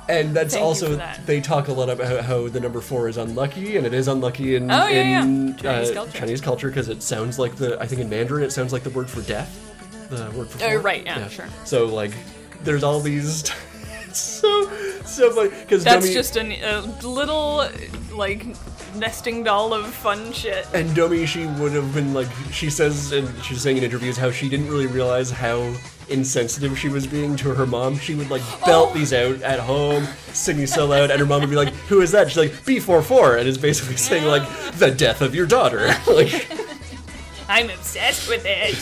[SPEAKER 1] And that's
[SPEAKER 2] Thank you
[SPEAKER 1] also
[SPEAKER 2] for that.
[SPEAKER 1] they talk a lot about how the number four is unlucky, and it is unlucky in,
[SPEAKER 2] Oh, yeah,
[SPEAKER 1] in
[SPEAKER 2] yeah. Chinese
[SPEAKER 1] uh,
[SPEAKER 2] culture.
[SPEAKER 1] Chinese culture because it sounds like the I think in Mandarin it sounds like the word for death, the word for
[SPEAKER 2] Oh,
[SPEAKER 1] four.
[SPEAKER 2] right, yeah, sure.
[SPEAKER 1] So like, there's all these so so funny because
[SPEAKER 2] That's just a uh, little like nesting doll of fun shit.
[SPEAKER 1] And Domi, she would have been like, she says, and she's saying in interviews how she didn't really realize how insensitive she was being to her mom. She would like belt these out at home, sing these so loud, and her mom would be like, "Who is that?" She's like, "B44," and is basically saying like, "The death of your daughter." like,
[SPEAKER 2] I'm obsessed with it.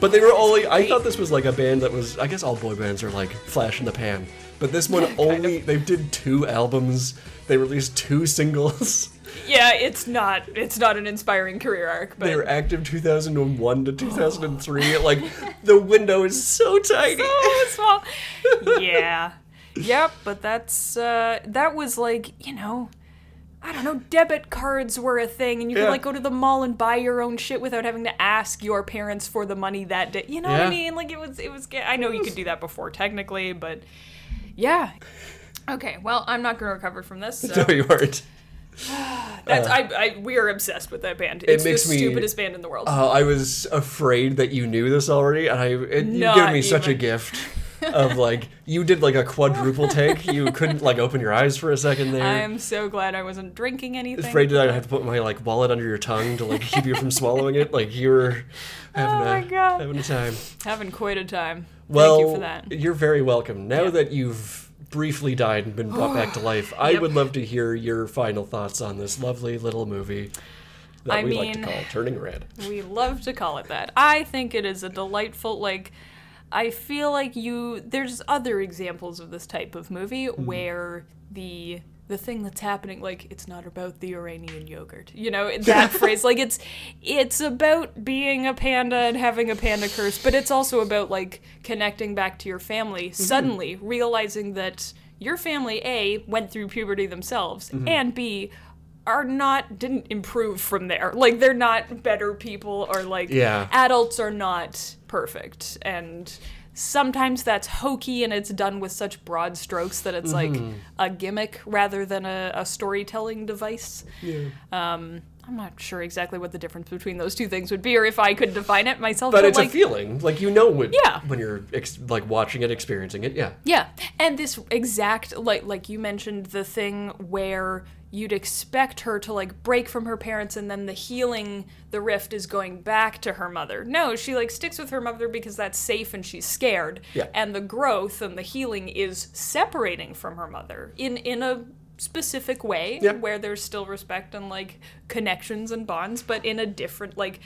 [SPEAKER 1] but they were only. I thought this was like a band that was. I guess all boy bands are like flash in the pan, but this one only. They did two albums. They released two singles.
[SPEAKER 2] Yeah, it's not it's not an inspiring career arc, but
[SPEAKER 1] They were active 2001 to 2003. like, the window is so tiny.
[SPEAKER 2] so small. Yeah. Yep, but that's uh that was like, you know, I don't know, debit cards were a thing and you
[SPEAKER 1] Yeah.
[SPEAKER 2] could like go to the mall and buy your own shit without having to ask your parents for the money that day. You know what
[SPEAKER 1] Yeah.
[SPEAKER 2] I mean? Like it was it was I know you could do that before technically, but yeah. Okay, well, I'm not going to recover from this. So
[SPEAKER 1] No, you aren't.
[SPEAKER 2] that's, I, I, we are obsessed with that band. It's
[SPEAKER 1] uh, makes
[SPEAKER 2] the
[SPEAKER 1] me-
[SPEAKER 2] stupidest band in the world.
[SPEAKER 1] Uh, I was afraid that you knew this already, and I it, you
[SPEAKER 2] Not
[SPEAKER 1] gave me such a
[SPEAKER 2] even.
[SPEAKER 1] gift of like you did like a quadruple take. You couldn't like open your eyes for a second there.
[SPEAKER 2] I'm so glad I wasn't drinking anything.
[SPEAKER 1] afraid that I'd have to put my like wallet under your tongue to like keep you from swallowing it. Like you were having
[SPEAKER 2] Oh
[SPEAKER 1] a
[SPEAKER 2] my God.
[SPEAKER 1] having a time.
[SPEAKER 2] Having quite a time.
[SPEAKER 1] Well,
[SPEAKER 2] Thank you for that.
[SPEAKER 1] are very welcome. Now that you've briefly died and been brought back to life, I would love to hear your final thoughts on this lovely little movie that
[SPEAKER 2] I
[SPEAKER 1] we like to
[SPEAKER 2] mean-
[SPEAKER 1] call Turning Red.
[SPEAKER 2] We love to call it that. I think it is a delightful, like, I feel like you, there's other examples of this type of movie where the. The thing that's happening, like it's not about the Iranian yogurt, you know that phrase. Like it's, it's about being a panda and having a panda curse, but it's also about like connecting back to your family. Suddenly realizing that your family A went through puberty themselves, and B are not didn't improve from there. Like they're not better people or like
[SPEAKER 1] Yeah.
[SPEAKER 2] adults are not perfect and sometimes that's hokey and it's done with such broad strokes that it's
[SPEAKER 1] Mm-hmm.
[SPEAKER 2] like a gimmick rather than a, a storytelling device. Yeah. Um I'm not sure exactly what the difference between those two things would be, or if I could define it myself.
[SPEAKER 1] But it's
[SPEAKER 2] like,
[SPEAKER 1] a feeling, like you know when
[SPEAKER 2] Yeah.
[SPEAKER 1] when you're ex- like watching it, experiencing it. Yeah,
[SPEAKER 2] Yeah, and this exact like like you mentioned the thing where you'd expect her to like break from her parents and then the healing the rift is going back to her mother. No, she like sticks with her mother because that's safe and she's scared.
[SPEAKER 1] Yeah.
[SPEAKER 2] And the growth and the healing is separating from her mother in in a specific way
[SPEAKER 1] Yeah.
[SPEAKER 2] where there's still respect and like connections and bonds but in a different like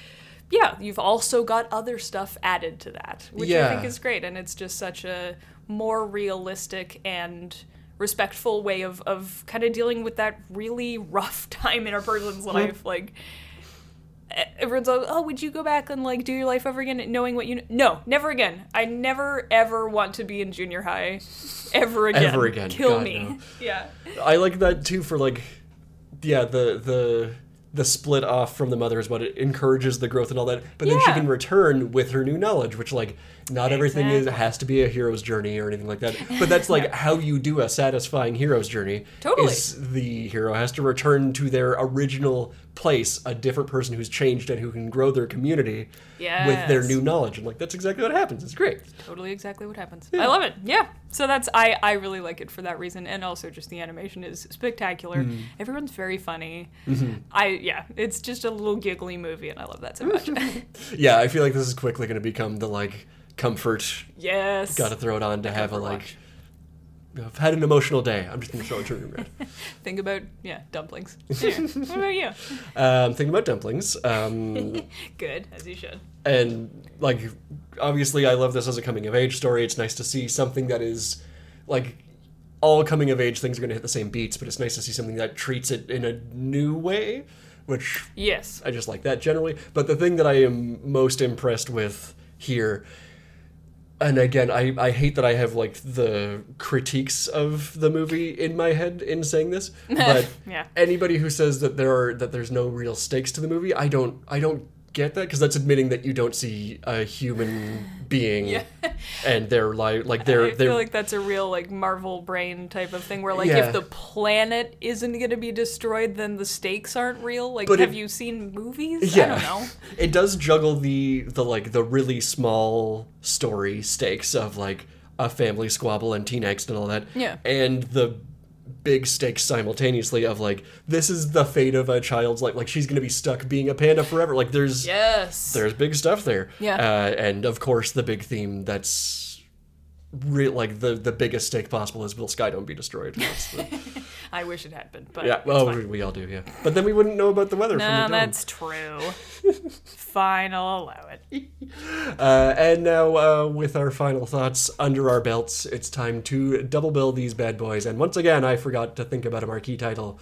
[SPEAKER 2] yeah, you've also got other stuff added to that, which I think
[SPEAKER 1] Yeah.
[SPEAKER 2] is great. And it's just such a more realistic and respectful way of, of kind of dealing with that really rough time in a person's life. Like, e- everyone's like, oh, would you go back and like do your life over again knowing what you know? No, never again. I never ever want to be in junior high ever again.
[SPEAKER 1] Ever again.
[SPEAKER 2] Kill
[SPEAKER 1] God,
[SPEAKER 2] me.
[SPEAKER 1] no.
[SPEAKER 2] Yeah.
[SPEAKER 1] I like that too. For like, yeah, the the the split off from the mother is what it encourages the growth and all that. But then she
[SPEAKER 2] Yeah.
[SPEAKER 1] can return with her new knowledge, which like not everything is
[SPEAKER 2] Exactly.
[SPEAKER 1] has to be a hero's journey or anything like that. But that's like how you do a satisfying hero's journey.
[SPEAKER 2] Totally.
[SPEAKER 1] is the hero has to return to their original place, a different person who's changed and who can grow their community with their
[SPEAKER 2] Yes.
[SPEAKER 1] new knowledge. And like that's exactly what happens. It's great.
[SPEAKER 2] totally exactly what happens. I love it. Yeah. So that's I I really like it for that reason, and also just the animation is spectacular.
[SPEAKER 1] Mm-hmm.
[SPEAKER 2] Everyone's very funny. I yeah, it's just a little giggly movie, and I love that so much.
[SPEAKER 1] Yeah, I feel like this is quickly going to become the like comfort
[SPEAKER 2] yes.
[SPEAKER 1] Got to throw it on to have a
[SPEAKER 2] comfort
[SPEAKER 1] like.
[SPEAKER 2] watch.
[SPEAKER 1] I've had an emotional day. I'm just gonna throw it to red.
[SPEAKER 2] Think about yeah dumplings. Anyway, what about you?
[SPEAKER 1] Um, thinking about dumplings, um,
[SPEAKER 2] Good as you should.
[SPEAKER 1] and like obviously, I love this as a coming of age story. It's nice to see something that is like all coming of age things are gonna hit the same beats, but it's nice to see something that treats it in a new way, which
[SPEAKER 2] Yes.
[SPEAKER 1] I just like that generally. But the thing that I am most impressed with here, and again, I, I hate that I have like the critiques of the movie in my head in saying this, but
[SPEAKER 2] Yeah.
[SPEAKER 1] anybody who says that there are that there's no real stakes to the movie, I don't I don't get that because that's admitting that you don't see a human being and their life like their
[SPEAKER 2] I
[SPEAKER 1] their
[SPEAKER 2] feel like that's a real like Marvel brain type of thing where like
[SPEAKER 1] Yeah.
[SPEAKER 2] if the planet isn't going to be destroyed then the stakes aren't real. Like
[SPEAKER 1] But
[SPEAKER 2] have
[SPEAKER 1] it-
[SPEAKER 2] you seen movies?
[SPEAKER 1] yeah.
[SPEAKER 2] I don't know.
[SPEAKER 1] It does juggle the the like the really small story stakes of like a family squabble and teen angst and all that.
[SPEAKER 2] Yeah.
[SPEAKER 1] And the big stakes simultaneously of like this is the fate of a child's life like she's gonna be stuck being a panda forever like there's
[SPEAKER 2] Yes.
[SPEAKER 1] there's big stuff there
[SPEAKER 2] Yeah.
[SPEAKER 1] uh, and of course the big theme that's real like the the biggest stake possible is will sky don't be destroyed That's the-
[SPEAKER 2] I wish it had been, but
[SPEAKER 1] yeah
[SPEAKER 2] it's
[SPEAKER 1] well
[SPEAKER 2] fine.
[SPEAKER 1] we, we all do yeah but then we wouldn't know about the weather from the
[SPEAKER 2] Nah,
[SPEAKER 1] dome.
[SPEAKER 2] Ah, that's true. fine, I'll allow it.
[SPEAKER 1] Uh, and now, uh, with our final thoughts under our belts, it's time to double bill these bad boys. And once again, I forgot to think about a marquee title.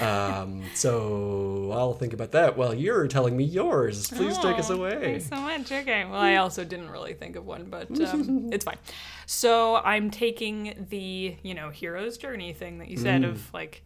[SPEAKER 1] Um, so I'll think about that while you're telling me yours. Please take us away.
[SPEAKER 2] Oh, Thanks so much. Okay. Well, I also didn't really think of one, but um, it's fine. So I'm taking the you know hero's journey thing that you said
[SPEAKER 1] Mm.
[SPEAKER 2] of like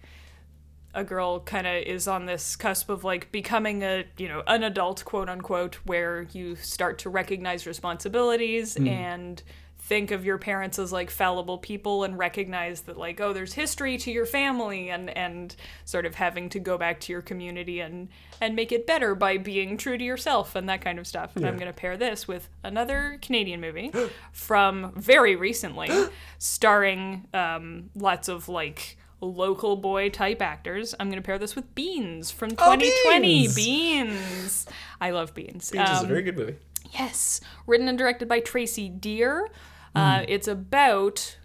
[SPEAKER 2] a girl kind of is on this cusp of like becoming a you know an adult quote unquote where you start to recognize responsibilities and think of your parents as like fallible people and recognize that like oh there's history to your family and and sort of having to go back to your community and and make it better by being true to yourself and that kind of stuff and i'm going to pair this with another canadian movie from very recently starring um, lots of like local boy type actors. I'm going to pair this with Beans from 2020.
[SPEAKER 1] Oh, Beans!
[SPEAKER 2] beans. I love Beans.
[SPEAKER 1] Which is a
[SPEAKER 2] Um,
[SPEAKER 1] very good movie.
[SPEAKER 2] yes. Written and directed by Tracy Deer.
[SPEAKER 1] Hmm.
[SPEAKER 2] Uh, It's about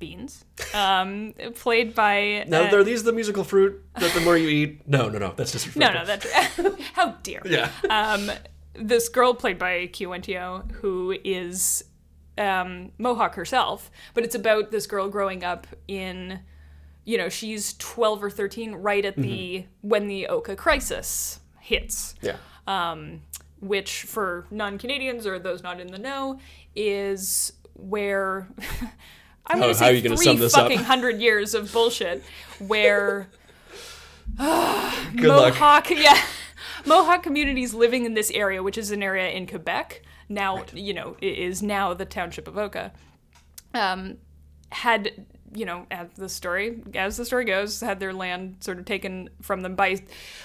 [SPEAKER 2] Beans, um, played by.
[SPEAKER 1] Now,
[SPEAKER 2] uh,
[SPEAKER 1] are these the musical fruit that the more you eat? No, no, no. That's just
[SPEAKER 2] no, uh, no, that's how dare
[SPEAKER 1] yeah.
[SPEAKER 2] this girl played by Kiwentio, who is um, Mohawk herself, but it's about this girl growing up in, you know, she's 12 or 13, right at the
[SPEAKER 1] Mm-hmm.
[SPEAKER 2] when the Oka crisis hits
[SPEAKER 1] yeah.
[SPEAKER 2] which for non-Canadians or those not in the know is where
[SPEAKER 1] How-
[SPEAKER 2] I'm going to
[SPEAKER 1] how are you
[SPEAKER 2] say
[SPEAKER 1] gonna
[SPEAKER 2] three
[SPEAKER 1] sum this up?
[SPEAKER 2] fucking hundred years of bullshit where
[SPEAKER 1] Good luck.
[SPEAKER 2] uh, Mohawk, yeah, Mohawk communities living in this area, which is an area in Quebec now, you know, i- is now the township of Oka. Um, had you know, as the story as the story goes, had their land sort of taken from them by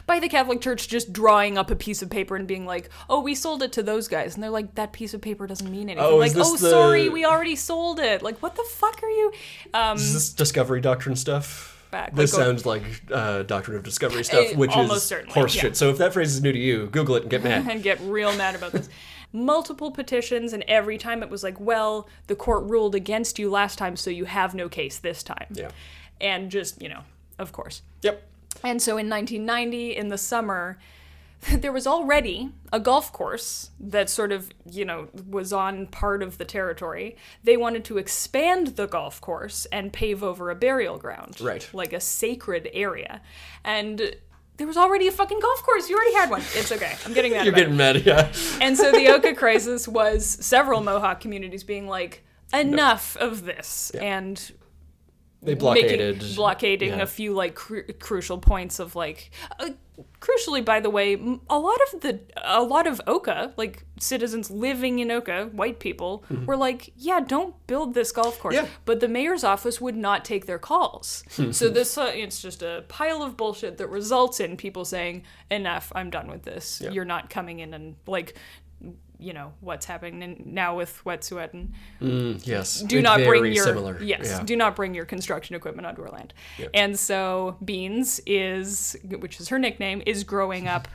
[SPEAKER 2] by the Catholic Church, just drawing up a piece of paper and being like, "Oh, we sold it to those guys," and they're like, "That piece of paper doesn't mean anything."
[SPEAKER 1] Oh,
[SPEAKER 2] like,
[SPEAKER 1] is this
[SPEAKER 2] "Oh,
[SPEAKER 1] the-
[SPEAKER 2] sorry, we already sold it." Like, what the fuck are you? Um,
[SPEAKER 1] Is this Discovery Doctrine stuff?
[SPEAKER 2] Back,
[SPEAKER 1] This
[SPEAKER 2] like, go-
[SPEAKER 1] sounds like uh, Doctrine of Discovery stuff, which is
[SPEAKER 2] almost certainly,
[SPEAKER 1] horseshit.
[SPEAKER 2] yeah.
[SPEAKER 1] So if that phrase is new to you, Google it and get mad.
[SPEAKER 2] and get real mad about this. Multiple petitions, and every time it was like, well, the court ruled against you last time, so you have no case this time.
[SPEAKER 1] yeah.
[SPEAKER 2] And just, you know, of course.
[SPEAKER 1] Yep.
[SPEAKER 2] And so in 1990, in the summer, there was already a golf course that sort of, you know, was on part of the territory. They wanted to expand the golf course and pave over a burial ground.
[SPEAKER 1] Right.
[SPEAKER 2] Like a sacred area. And there was already a fucking golf course. You already had one. It's okay. I'm getting that.
[SPEAKER 1] You're getting mad, yeah.
[SPEAKER 2] And so the Oka crisis was several Mohawk communities being like, enough of this, and
[SPEAKER 1] They
[SPEAKER 2] making blockading
[SPEAKER 1] yeah.
[SPEAKER 2] a few like cru- crucial points of like. Uh, crucially, by the way, m- a lot of the a lot of Oka like citizens living in Oka, white people, were like, yeah, don't build this golf course.
[SPEAKER 1] Mm-hmm. Yeah. Hmm.
[SPEAKER 2] But the mayor's office would not take their calls. so this uh, it's just a pile of bullshit that results in people saying, enough, I'm done with this. You're not coming in and like you know what's happening in- now with Wet'suwet'en.
[SPEAKER 1] yes.
[SPEAKER 2] Do not
[SPEAKER 1] very
[SPEAKER 2] bring your
[SPEAKER 1] similar.
[SPEAKER 2] yes.
[SPEAKER 1] Yeah.
[SPEAKER 2] Do not bring your construction equipment onto our land. And so Beans is, which is her nickname, is growing up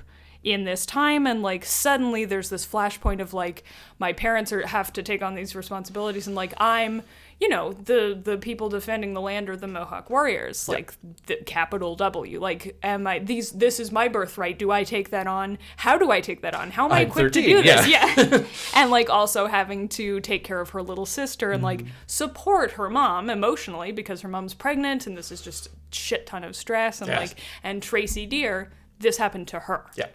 [SPEAKER 2] in this time, and like suddenly there's this flashpoint of like my parents are have to take on these responsibilities, and like I'm, you know, the the people defending the land are the Mohawk warriors, like the capital W. Like, am I these? This is my birthright. Do I take that on? How do I take that on? How am I
[SPEAKER 1] I'm
[SPEAKER 2] equipped
[SPEAKER 1] 13,
[SPEAKER 2] to do this?
[SPEAKER 1] yeah.
[SPEAKER 2] Yeah. and like also having to take care of her little sister and
[SPEAKER 1] Mm-hmm.
[SPEAKER 2] like support her mom emotionally because her mom's pregnant and this is just a shit ton of stress and
[SPEAKER 1] Yes.
[SPEAKER 2] like and Tracy Deer this happened to her.
[SPEAKER 1] yeah.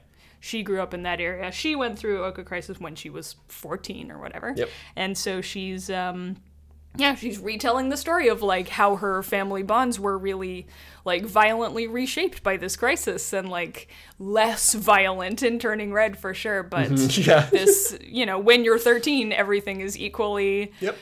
[SPEAKER 2] She grew up in that area. She went through Oka crisis when she was 14 or whatever.
[SPEAKER 1] Yep.
[SPEAKER 2] And so she's um yeah, she's retelling the story of like how her family bonds were really like violently reshaped by this crisis and like less violent in turning red for sure, but
[SPEAKER 1] Yeah.
[SPEAKER 2] this you know when you're 13 everything is equally
[SPEAKER 1] Yep.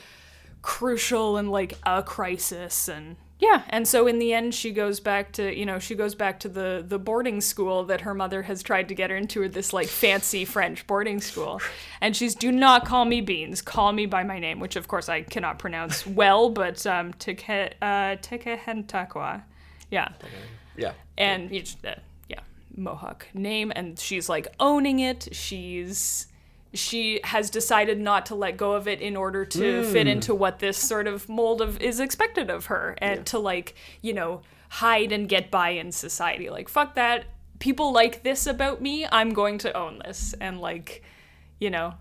[SPEAKER 2] crucial and like a crisis and yeah and so in the end she goes back to you know she goes back to the the boarding school that her mother has tried to get her into this like fancy french boarding school and she's do not call me beans call me by my name which of course i cannot pronounce well but um Teke- uh, Tekehentakwa Yeah.
[SPEAKER 1] Yeah.
[SPEAKER 2] And you just, uh, yeah, Mohawk name. And she's like owning it. She's. She has decided not to let go of it in order to
[SPEAKER 1] Hmm.
[SPEAKER 2] fit into what this sort of mold of is expected of her and to like, you know, hide and get by in society. Like, fuck that. People like this about me. I'm going to own this and like, you know,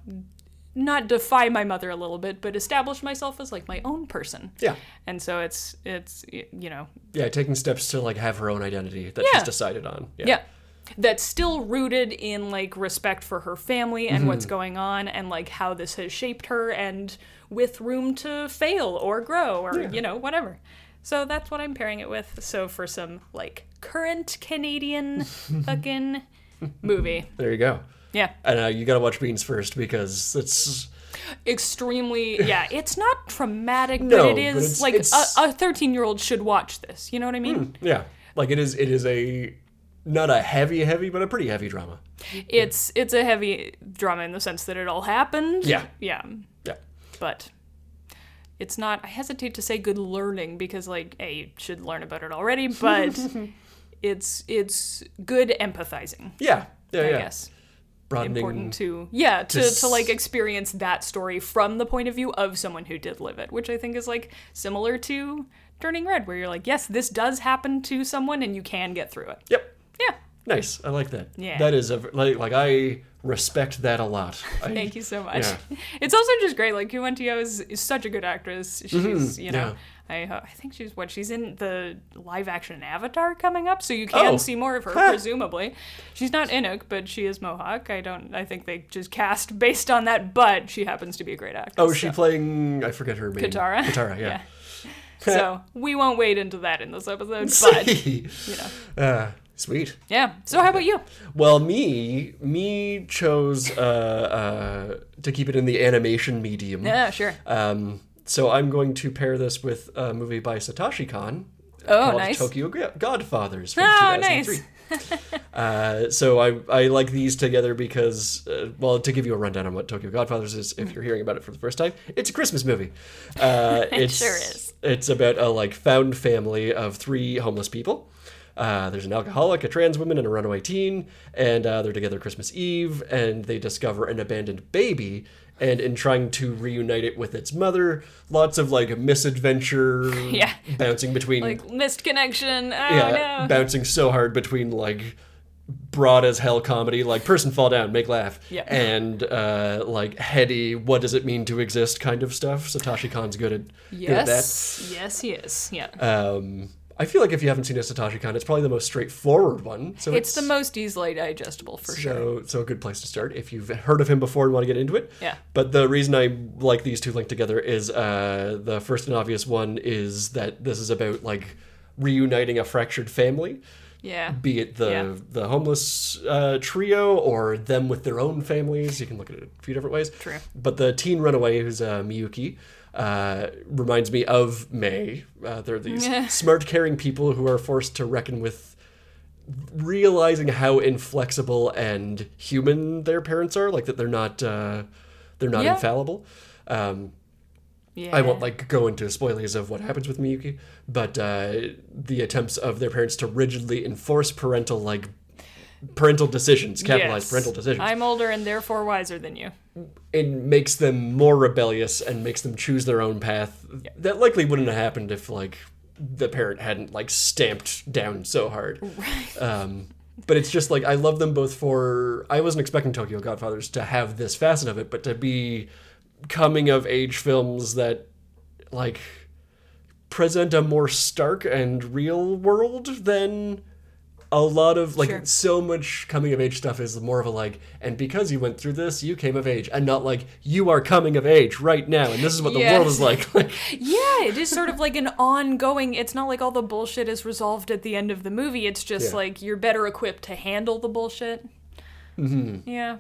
[SPEAKER 2] not defy my mother a little bit, but establish myself as like my own person.
[SPEAKER 1] Yeah.
[SPEAKER 2] And so it's it's y- you know
[SPEAKER 1] Yeah, taking steps to like have her own identity that
[SPEAKER 2] Yeah.
[SPEAKER 1] she's decided on.
[SPEAKER 2] yeah. That's still rooted in like respect for her family
[SPEAKER 1] Mm-hmm.
[SPEAKER 2] and what's going on and like how this has shaped her and with room to fail or grow or you know whatever. So that's what I'm pairing it with. So for some like current Canadian fucking movie.
[SPEAKER 1] There you go.
[SPEAKER 2] Yeah.
[SPEAKER 1] And uh, you gotta watch Beans first because it's
[SPEAKER 2] Extremely yeah, it's not traumatic,
[SPEAKER 1] No,
[SPEAKER 2] but it is
[SPEAKER 1] but it's-
[SPEAKER 2] like
[SPEAKER 1] it's- Hmm.
[SPEAKER 2] a 13 year old should watch this. You know what I mean?
[SPEAKER 1] yeah, like it is. It is a not a heavy, heavy, but a pretty heavy drama.
[SPEAKER 2] It's it's a heavy drama in the sense that it all happened.
[SPEAKER 1] Yeah.
[SPEAKER 2] Yeah.
[SPEAKER 1] Yeah.
[SPEAKER 2] But it's not I hesitate to say good learning because like A you should learn about it already, but it's it's good empathizing,
[SPEAKER 1] Yeah. Yeah.
[SPEAKER 2] I
[SPEAKER 1] yeah.
[SPEAKER 2] guess.
[SPEAKER 1] Broadening.
[SPEAKER 2] Important to yeah, to,
[SPEAKER 1] Just-
[SPEAKER 2] to like experience that story from the point of view of someone who did live it, which I think is like similar to Turning Red, where you're like, yes, this does happen to someone and you can get through it.
[SPEAKER 1] Yep.
[SPEAKER 2] Yeah.
[SPEAKER 1] Nice. I like that.
[SPEAKER 2] Yeah.
[SPEAKER 1] That is a like, like I respect that a lot. I,
[SPEAKER 2] Thank you so much.
[SPEAKER 1] Yeah.
[SPEAKER 2] It's also just great. Like Kumantio is, is such a good actress. She's
[SPEAKER 1] Mm-hmm.
[SPEAKER 2] you know I ho- I think she's what she's in the live action Avatar coming up, so you can
[SPEAKER 1] Oh.
[SPEAKER 2] see more of her presumably. She's not Inuk, but she is Mohawk. I don't. I think they just cast based on that, but she happens to be a great actress.
[SPEAKER 1] Oh, is she
[SPEAKER 2] so.
[SPEAKER 1] playing? I forget her name.
[SPEAKER 2] Katara.
[SPEAKER 1] Katara. Yeah.
[SPEAKER 2] so we won't wade into that in this episode, but
[SPEAKER 1] uh, sweet.
[SPEAKER 2] yeah. So how about you?
[SPEAKER 1] Well, me, me chose uh, uh, to keep it in the animation medium.
[SPEAKER 2] Yeah, sure.
[SPEAKER 1] Um, so I'm going to pair this with a movie by Satoshi Kon
[SPEAKER 2] oh,
[SPEAKER 1] called
[SPEAKER 2] nice.
[SPEAKER 1] Tokyo G- Godfathers from
[SPEAKER 2] Oh,
[SPEAKER 1] 2003. uh, so I, I like these together because, uh, well, to give you a rundown on what Tokyo Godfathers is,
[SPEAKER 2] Mm.
[SPEAKER 1] if you're hearing about it for the first time, it's a Christmas movie. Uh, it
[SPEAKER 2] sure is.
[SPEAKER 1] It's about a like found family of three homeless people. Uh, there's an alcoholic, a trans woman, and a runaway teen, and uh, they're together Christmas Eve, and they discover an abandoned baby. And in trying to reunite it with its mother, lots of like misadventure,
[SPEAKER 2] Yeah.
[SPEAKER 1] bouncing between
[SPEAKER 2] Like missed connection. Oh
[SPEAKER 1] yeah,
[SPEAKER 2] no.
[SPEAKER 1] bouncing so hard between like broad as hell comedy, like person fall down, make laugh,
[SPEAKER 2] Yeah.
[SPEAKER 1] and uh, like heady, what does it mean to exist kind of stuff. Satoshi Kon's good at, good at that.
[SPEAKER 2] Yes. Yes. Yes. Yeah.
[SPEAKER 1] Um, I feel like if you haven't seen a Satoshi Kon, it's probably the most straightforward one. So
[SPEAKER 2] It's the most easily digestible for sure.
[SPEAKER 1] so, so a good place to start if you've heard of him before and want to get into it.
[SPEAKER 2] Yeah.
[SPEAKER 1] But the reason I like these two linked together is uh, the first and obvious one is that this is about like reuniting a fractured family.
[SPEAKER 2] Yeah.
[SPEAKER 1] be it the
[SPEAKER 2] Yeah.
[SPEAKER 1] the homeless uh, trio or them with their own families. You can look at it a few different ways.
[SPEAKER 2] True.
[SPEAKER 1] But the teen runaway, who's uh, Miyuki, uh, reminds me of May. Uh, they're these smart, caring people who are forced to reckon with realizing how inflexible and human their parents are. Like that, they're not uh, they're not
[SPEAKER 2] Yeah.
[SPEAKER 1] infallible. Um,
[SPEAKER 2] yeah.
[SPEAKER 1] I won't like go into spoilers of what happens with Miyuki, but uh, the attempts of their parents to rigidly enforce parental like parental decisions, capitalized
[SPEAKER 2] Yes.
[SPEAKER 1] parental decisions,
[SPEAKER 2] I'm older and therefore wiser than you.
[SPEAKER 1] it makes them more rebellious and makes them choose their own path. That likely wouldn't have happened if like the parent hadn't like stamped down so hard. Um, but it's just like I love them both for. I wasn't expecting Tokyo Godfathers to have this facet of it, but to be coming of age films that like present a more stark and real world than a lot of like so much coming of age stuff is more of a like and because you went through this you came of age and not like you are coming of age right now and this is what the
[SPEAKER 2] Yes.
[SPEAKER 1] world is like like
[SPEAKER 2] Yeah, it is sort of like an ongoing. It's not like all the bullshit is resolved at the end of the movie. It's just
[SPEAKER 1] Yeah.
[SPEAKER 2] like you're better equipped to handle the bullshit. Mm-hmm. Yeah.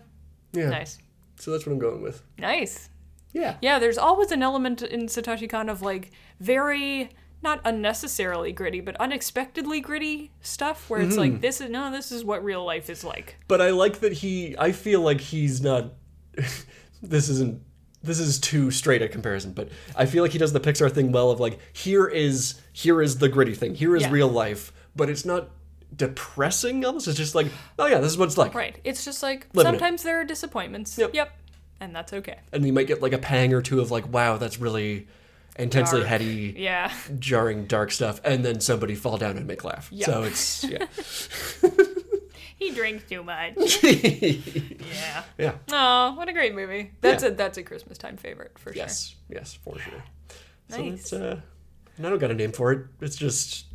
[SPEAKER 1] yeah
[SPEAKER 2] Nice.
[SPEAKER 1] so that's what i'm going with
[SPEAKER 2] Nice.
[SPEAKER 1] yeah
[SPEAKER 2] Yeah, there's always an element in Satoshi Kon of like very not unnecessarily gritty, but unexpectedly gritty stuff where it's
[SPEAKER 1] Mm-hmm.
[SPEAKER 2] like this is no, this is what real life is like.
[SPEAKER 1] but i like that he i feel like he's not this isn't this is too straight a comparison, but I feel like he does the Pixar thing well of like here is here is the gritty thing, here is
[SPEAKER 2] Yeah.
[SPEAKER 1] real life, but it's not depressing almost. It's just like oh yeah, this is what it's like,
[SPEAKER 2] Right. It's just like
[SPEAKER 1] Living it.
[SPEAKER 2] sometimes there are disappointments.
[SPEAKER 1] Yep.
[SPEAKER 2] And that's okay.
[SPEAKER 1] and you might get like a pang or two of like wow, that's really intensely
[SPEAKER 2] Dark.
[SPEAKER 1] heady,
[SPEAKER 2] Yeah.
[SPEAKER 1] jarring, dark stuff, and then somebody fall down and make laugh. So it's yeah,
[SPEAKER 2] He drinks too much. yeah.
[SPEAKER 1] yeah,
[SPEAKER 2] Oh, what a great movie. That's
[SPEAKER 1] Yeah.
[SPEAKER 2] a that's a Christmas time favorite for sure.
[SPEAKER 1] yes, yes, for sure. So
[SPEAKER 2] Nice.
[SPEAKER 1] it's uh, and I don't got a name for it. It's just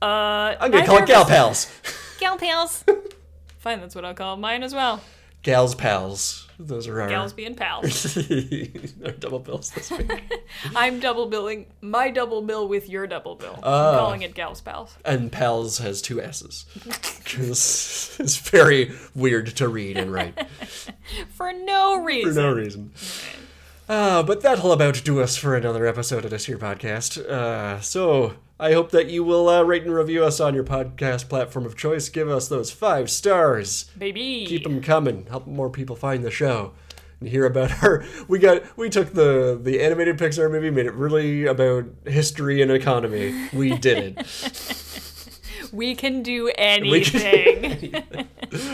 [SPEAKER 2] Uh,
[SPEAKER 1] I'm gonna call it
[SPEAKER 2] neither
[SPEAKER 1] gal
[SPEAKER 2] of us-
[SPEAKER 1] pals,
[SPEAKER 2] Gal pals. Fine, that's what I'll call mine as well.
[SPEAKER 1] gals pals. Those are our
[SPEAKER 2] Gals being pals.
[SPEAKER 1] Our double bills this week.
[SPEAKER 2] I'm double billing my double bill with your double bill.
[SPEAKER 1] Ah.
[SPEAKER 2] I'm calling it gals pals.
[SPEAKER 1] And pals has two S's. 'Cause it's very weird to read and write
[SPEAKER 2] For no
[SPEAKER 1] for
[SPEAKER 2] reason.
[SPEAKER 1] no reason. Uh, but that'll about do us for another episode of this here podcast. Uh, so I hope that you will uh, rate and review us on your podcast platform of choice. Give us those five stars.
[SPEAKER 2] Baby.
[SPEAKER 1] keep them coming help more people find the show and hear about her we got we took the the animated pixar movie made it really about history and economy we did it
[SPEAKER 2] we can do
[SPEAKER 1] can-
[SPEAKER 2] anything.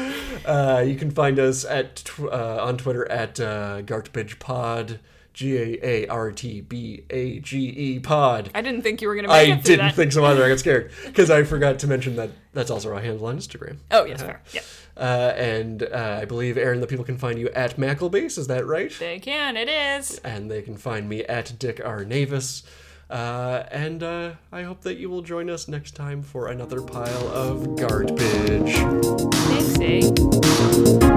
[SPEAKER 1] uh, you can find us at tw- uh, on twitter at uh, gartbagepod g-a-a-r-t-b-a-g-e E, pod
[SPEAKER 2] I didn't think you were going to make
[SPEAKER 1] I
[SPEAKER 2] it through
[SPEAKER 1] didn't
[SPEAKER 2] that.
[SPEAKER 1] think so either. I got scared because I forgot to mention that that's also our handle on Instagram.
[SPEAKER 2] oh, yes,
[SPEAKER 1] Uh-huh.
[SPEAKER 2] fair. Yeah.
[SPEAKER 1] Uh, and uh, I believe Aaron, the people can find you at Macklebase. Is that right?
[SPEAKER 2] They can. It is.
[SPEAKER 1] and they can find me at Dick R. Navis. Uh, and uh, I hope that you will join us next time for another pile of garbage.
[SPEAKER 2] They say.